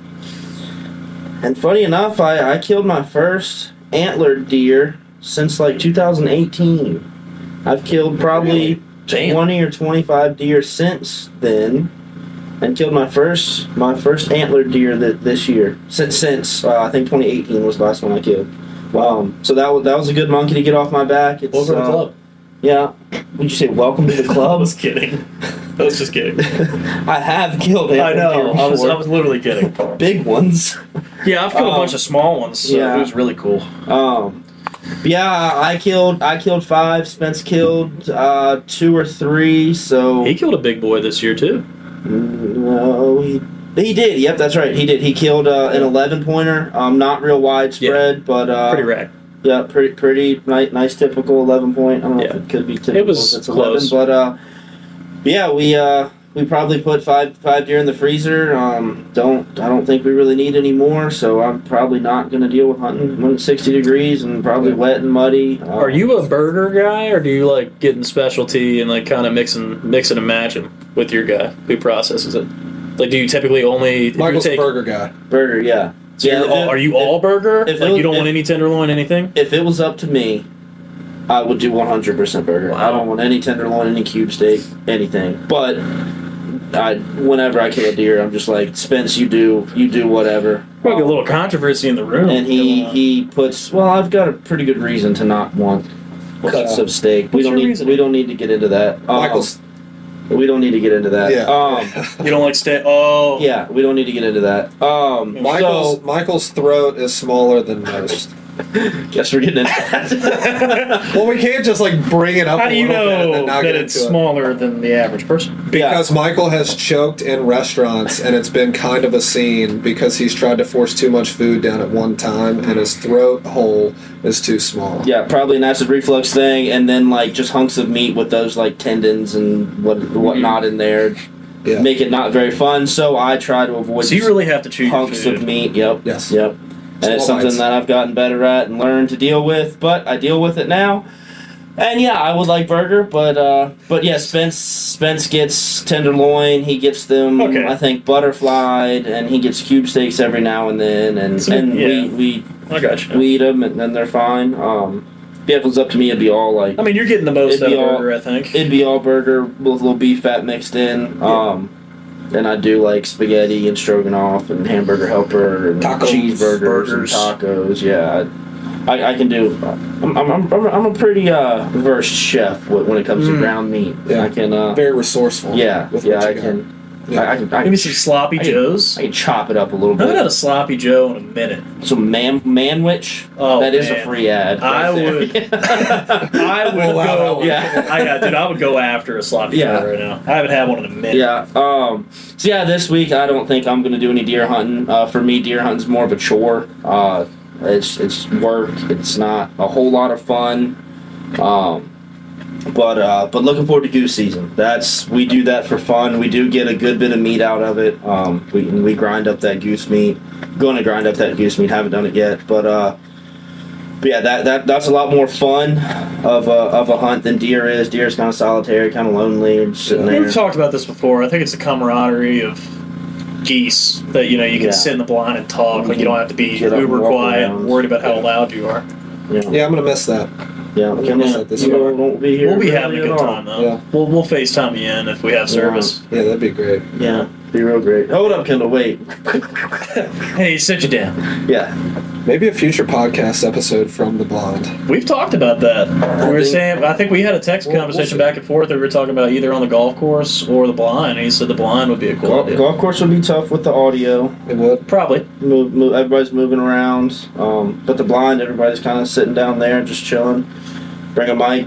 Speaker 1: and funny enough, I I killed my first antlered deer since like 2018. I've killed probably 20 or 25 deer since then, and killed my first my first antlered deer that this year since since uh, I think 2018 was the last one I killed. Um, so that was that was a good monkey to get off my back. It's,
Speaker 2: Over the
Speaker 1: uh,
Speaker 2: club.
Speaker 1: yeah. Would you say welcome to the
Speaker 2: I
Speaker 1: club?
Speaker 2: was kidding. I was just kidding.
Speaker 1: I have killed it.
Speaker 2: I know. I was, I was literally kidding.
Speaker 1: big ones.
Speaker 2: Yeah, I've killed a
Speaker 1: Um,
Speaker 2: bunch of small ones. So
Speaker 1: yeah.
Speaker 2: It was really cool.
Speaker 1: Um, yeah, I killed. I killed five. Spence killed uh, two or three. So
Speaker 2: He killed a big boy this year too.
Speaker 1: no, he he did. Yep, that's right. He did. He killed uh, an eleven pointer. Um, not real widespread, but uh,
Speaker 2: Pretty rad.
Speaker 1: Yeah, pretty, pretty nice, nice typical eleven point. I don't know
Speaker 2: Yeah.
Speaker 1: if it could be typical.
Speaker 2: It was
Speaker 1: if it's
Speaker 2: close.
Speaker 1: eleven, but uh, yeah, we uh, we probably put five five deer in the freezer. Um, don't I don't think we really need any more, so I'm probably not gonna deal with hunting when it's sixty degrees and probably wet and muddy. Uh,
Speaker 2: Are you a burger guy, or do you like getting specialty and like kind of mixing, mixing and matching with your guy who processes it? Like, do you typically only if you
Speaker 3: Michael's a
Speaker 2: take?
Speaker 3: burger guy.
Speaker 1: burger? Yeah,
Speaker 2: so you're
Speaker 1: Yeah,
Speaker 2: all-
Speaker 1: if-
Speaker 2: are you
Speaker 1: if-
Speaker 2: all burger?
Speaker 1: if it
Speaker 2: like,
Speaker 1: was-
Speaker 2: you don't want
Speaker 1: if-
Speaker 2: any tenderloin, anything?
Speaker 1: If it was up to me, I would do 100% burger. I don't want any tenderloin, any cube steak, anything. But I, whenever I kill a deer, I'm just like Spence. You do, you do whatever.
Speaker 2: Probably a little controversy in the room.
Speaker 1: And he
Speaker 2: Come on.
Speaker 1: he puts. Well, I've got a pretty good reason to not want cuts of steak. We don't
Speaker 2: What's your
Speaker 1: need
Speaker 2: reasoning?
Speaker 1: we don't need to get into that. Um,
Speaker 3: Michael's.
Speaker 1: we don't need to get into that.
Speaker 3: Yeah.
Speaker 1: Um,
Speaker 2: you don't like steak. Oh,
Speaker 1: yeah, we don't need to get into that. Um,
Speaker 3: Michael's
Speaker 1: so-
Speaker 3: Michael's throat is smaller than most.
Speaker 1: guess we're getting into that.
Speaker 3: well, we can't just like bring it up.
Speaker 2: How
Speaker 3: a
Speaker 2: do you
Speaker 3: little bit and
Speaker 2: know
Speaker 3: then not
Speaker 2: that
Speaker 3: get
Speaker 2: it's
Speaker 3: into it.
Speaker 2: smaller than the average person?
Speaker 1: Yeah.
Speaker 3: Because Michael has choked in restaurants, and it's been kind of a scene because he's tried to force too much food down at one time, and his throat hole is too small.
Speaker 1: Yeah, probably an acid reflux thing, and then like just hunks of meat with those like tendons and what whatnot
Speaker 2: Mm-hmm.
Speaker 1: in there
Speaker 3: Yeah.
Speaker 1: make it not very fun. So I try to avoid
Speaker 2: So you really have to chew your
Speaker 1: hunks of
Speaker 2: food.
Speaker 1: meat. Yep.
Speaker 3: Yes.
Speaker 1: Yep. And it's
Speaker 3: Small
Speaker 1: something
Speaker 3: bites.
Speaker 1: that I've gotten better at and learned to deal with, but I deal with it now. And yeah, I would like burger, but uh, but yeah, Spence Spence gets tenderloin. He gets them,
Speaker 2: Okay.
Speaker 1: I think, butterflied, and he gets cube steaks every now and then. And
Speaker 2: So,
Speaker 1: and
Speaker 2: yeah.
Speaker 1: we, we
Speaker 2: I got you.
Speaker 1: we eat them and then they're fine. Um, if it was up to me, it'd be all like
Speaker 2: I mean, you're getting the most
Speaker 1: It'd
Speaker 2: out
Speaker 1: be
Speaker 2: of
Speaker 1: all-
Speaker 2: burger, I think.
Speaker 1: it'd be all burger with a little beef fat mixed in. Um, and I do like spaghetti and stroganoff and hamburger helper and
Speaker 3: Tacos,
Speaker 1: cheeseburgers
Speaker 2: burgers.
Speaker 1: and tacos. Yeah, I, I, I can do. I'm, I'm, I'm, I'm a pretty uh, versed chef when when it comes
Speaker 3: Mm.
Speaker 1: to ground meat.
Speaker 3: Yeah.
Speaker 1: I can. Uh,
Speaker 3: Very resourceful.
Speaker 1: yeah,
Speaker 3: with
Speaker 1: yeah,
Speaker 3: what you
Speaker 1: I
Speaker 3: got.
Speaker 1: can,
Speaker 3: Yeah.
Speaker 1: I, I can. I
Speaker 2: Maybe
Speaker 1: can.
Speaker 2: some sloppy
Speaker 1: I can-
Speaker 2: joes.
Speaker 1: I can chop it up a little
Speaker 2: I haven't had a
Speaker 1: bit.
Speaker 2: sloppy joe in a minute.
Speaker 1: Some man manwich.
Speaker 2: Oh,
Speaker 1: that is a
Speaker 2: man.
Speaker 1: free ad.
Speaker 2: I
Speaker 1: would.
Speaker 2: I would
Speaker 3: Well, wow,
Speaker 2: go.
Speaker 3: that one.
Speaker 1: yeah.
Speaker 2: I got, dude. I would go after a sloppy
Speaker 1: Yeah.
Speaker 2: joe right now. I haven't had one in a minute.
Speaker 1: Yeah. Um, so yeah, this week I don't think I'm gonna do any deer hunting. Uh, for me, deer hunting's more of a chore. Uh, it's it's work. It's not a whole lot of fun. Um, but uh, but looking forward to goose season. That's we do that for fun. We do get a good bit of meat out of it. Um, we we grind up that goose meat. Going to grind up that goose meat. Haven't done it yet, but uh, but yeah, that, that that's a lot more fun of a of a hunt than deer is. Deer is kind of solitary, kind of lonely, and just sitting
Speaker 2: I mean,
Speaker 1: there.
Speaker 2: We've talked about this before. I think it's the camaraderie of geese that you know you can
Speaker 1: Yeah.
Speaker 2: sit in the blind and talk. Like you don't have to be
Speaker 1: Get up and
Speaker 2: uber
Speaker 1: walk
Speaker 2: quiet,
Speaker 1: around.
Speaker 2: and worried about how loud you are.
Speaker 1: Yeah.
Speaker 3: Yeah, I'm gonna miss that.
Speaker 1: Yeah, we can
Speaker 3: Yeah,
Speaker 1: let
Speaker 3: this
Speaker 1: you
Speaker 3: year.
Speaker 1: all won't be here.
Speaker 2: We'll be
Speaker 1: really
Speaker 2: having a
Speaker 1: at
Speaker 2: good
Speaker 1: all.
Speaker 2: time though.
Speaker 3: Yeah.
Speaker 2: We'll we'll FaceTime you in if we have service.
Speaker 3: Yeah, that'd be great.
Speaker 1: Yeah, be real great. Hold up, Kendall. Wait.
Speaker 2: Hey, sit you down.
Speaker 1: yeah,
Speaker 3: Maybe a future podcast episode from the blind.
Speaker 2: We've talked about that. We were
Speaker 1: think-
Speaker 2: saying I think we had a text
Speaker 3: We'll- we'll
Speaker 2: conversation
Speaker 3: see.
Speaker 2: back and forth. that We were talking about either on the golf course or the blind. And he said the blind would be a cool
Speaker 1: golf,
Speaker 2: idea.
Speaker 1: golf course would be tough with the audio.
Speaker 3: It would.
Speaker 2: Probably.
Speaker 1: Move, move, everybody's moving around. Um, but the blind, everybody's kind of sitting down there and just chilling. Bring a mic.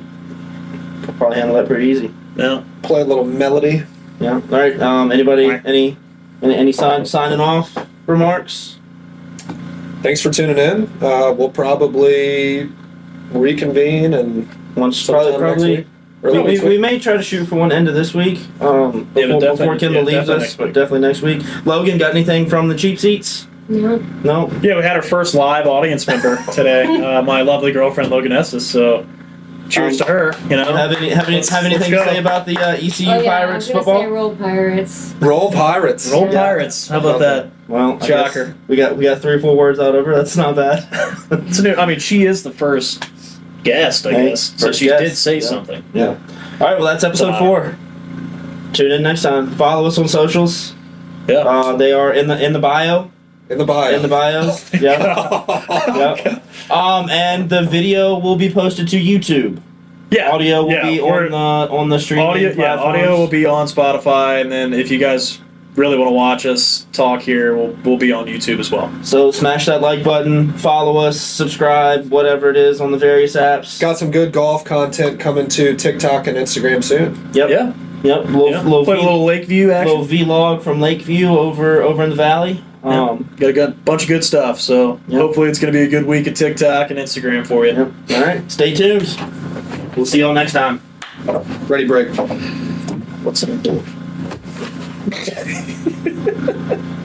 Speaker 1: Probably handle that pretty easy.
Speaker 2: No.
Speaker 3: Play a little melody.
Speaker 1: Yeah. All right. Um, anybody? Any? Any, any sign, signing off remarks?
Speaker 3: Thanks for tuning in. Uh, we'll probably reconvene and
Speaker 1: Once
Speaker 3: sometime
Speaker 1: probably,
Speaker 3: next
Speaker 1: probably
Speaker 3: week.
Speaker 1: We,
Speaker 3: Early
Speaker 1: we,
Speaker 3: next
Speaker 1: we
Speaker 3: week.
Speaker 1: may try to shoot for one end of this week. Um,
Speaker 2: Yeah,
Speaker 1: before,
Speaker 2: but definitely-
Speaker 1: before Kendall
Speaker 2: yeah,
Speaker 1: leaves
Speaker 2: definitely
Speaker 1: us,
Speaker 2: next
Speaker 1: but
Speaker 2: week.
Speaker 1: definitely next week. Logan, got anything from the cheap seats?
Speaker 5: No.
Speaker 1: No.
Speaker 2: Yeah, we had our first live audience member today. uh, my lovely girlfriend Logan Estes. So,
Speaker 1: Um,
Speaker 2: cheers to her. You know,
Speaker 1: Have any have, any,
Speaker 2: Let's-
Speaker 1: have
Speaker 2: let's
Speaker 1: anything to
Speaker 2: go.
Speaker 1: say about the uh,
Speaker 5: Oh,
Speaker 1: ECU
Speaker 5: yeah,
Speaker 1: Pirates
Speaker 5: I was gonna
Speaker 1: football?
Speaker 5: Say roll pirates.
Speaker 3: Roll Pirates.
Speaker 2: roll
Speaker 5: Yeah.
Speaker 2: pirates. How about that?
Speaker 1: well, I guess
Speaker 2: Shocker.
Speaker 1: We got we got three or four words out of her. That's not bad.
Speaker 2: It's new. I mean, she is the first guest, I
Speaker 1: Hey,
Speaker 2: guess. So
Speaker 1: first
Speaker 2: she
Speaker 1: guest,
Speaker 2: did say
Speaker 1: yeah.
Speaker 2: something.
Speaker 1: All right. Well, that's episode
Speaker 2: Wow.
Speaker 1: four. Tune in next time. Follow us on socials.
Speaker 2: Yeah.
Speaker 1: Uh, they are in the in the bio.
Speaker 3: In the bio.
Speaker 1: In the bio.
Speaker 2: Oh
Speaker 1: yeah. Yep. Um, and the video will be posted to YouTube.
Speaker 2: yeah.
Speaker 1: Audio will
Speaker 2: yeah,
Speaker 1: be
Speaker 2: we're-
Speaker 1: on the on the streaming
Speaker 2: audio. Yeah,
Speaker 1: platforms.
Speaker 2: audio will be on Spotify, and then if you guys really want to watch us talk here, we'll we'll be on YouTube as well.
Speaker 1: So smash that like button, follow us, subscribe, whatever it is on the various apps.
Speaker 3: Got some good golf content coming to TikTok and Instagram soon.
Speaker 1: Yep.
Speaker 2: Yeah.
Speaker 1: Yep. Little,
Speaker 2: yeah.
Speaker 1: little,
Speaker 2: Play a
Speaker 1: v-
Speaker 2: little Lakeview action.
Speaker 1: little vlog from Lakeview over over in the valley. Um, Um,
Speaker 2: Got a good, bunch of good stuff. So
Speaker 1: Yep.
Speaker 2: hopefully it's going to be a good week of TikTok and Instagram for you.
Speaker 1: yep. All right. Stay tuned. We'll see y'all next time.
Speaker 3: Ready, break.
Speaker 2: What's in the door?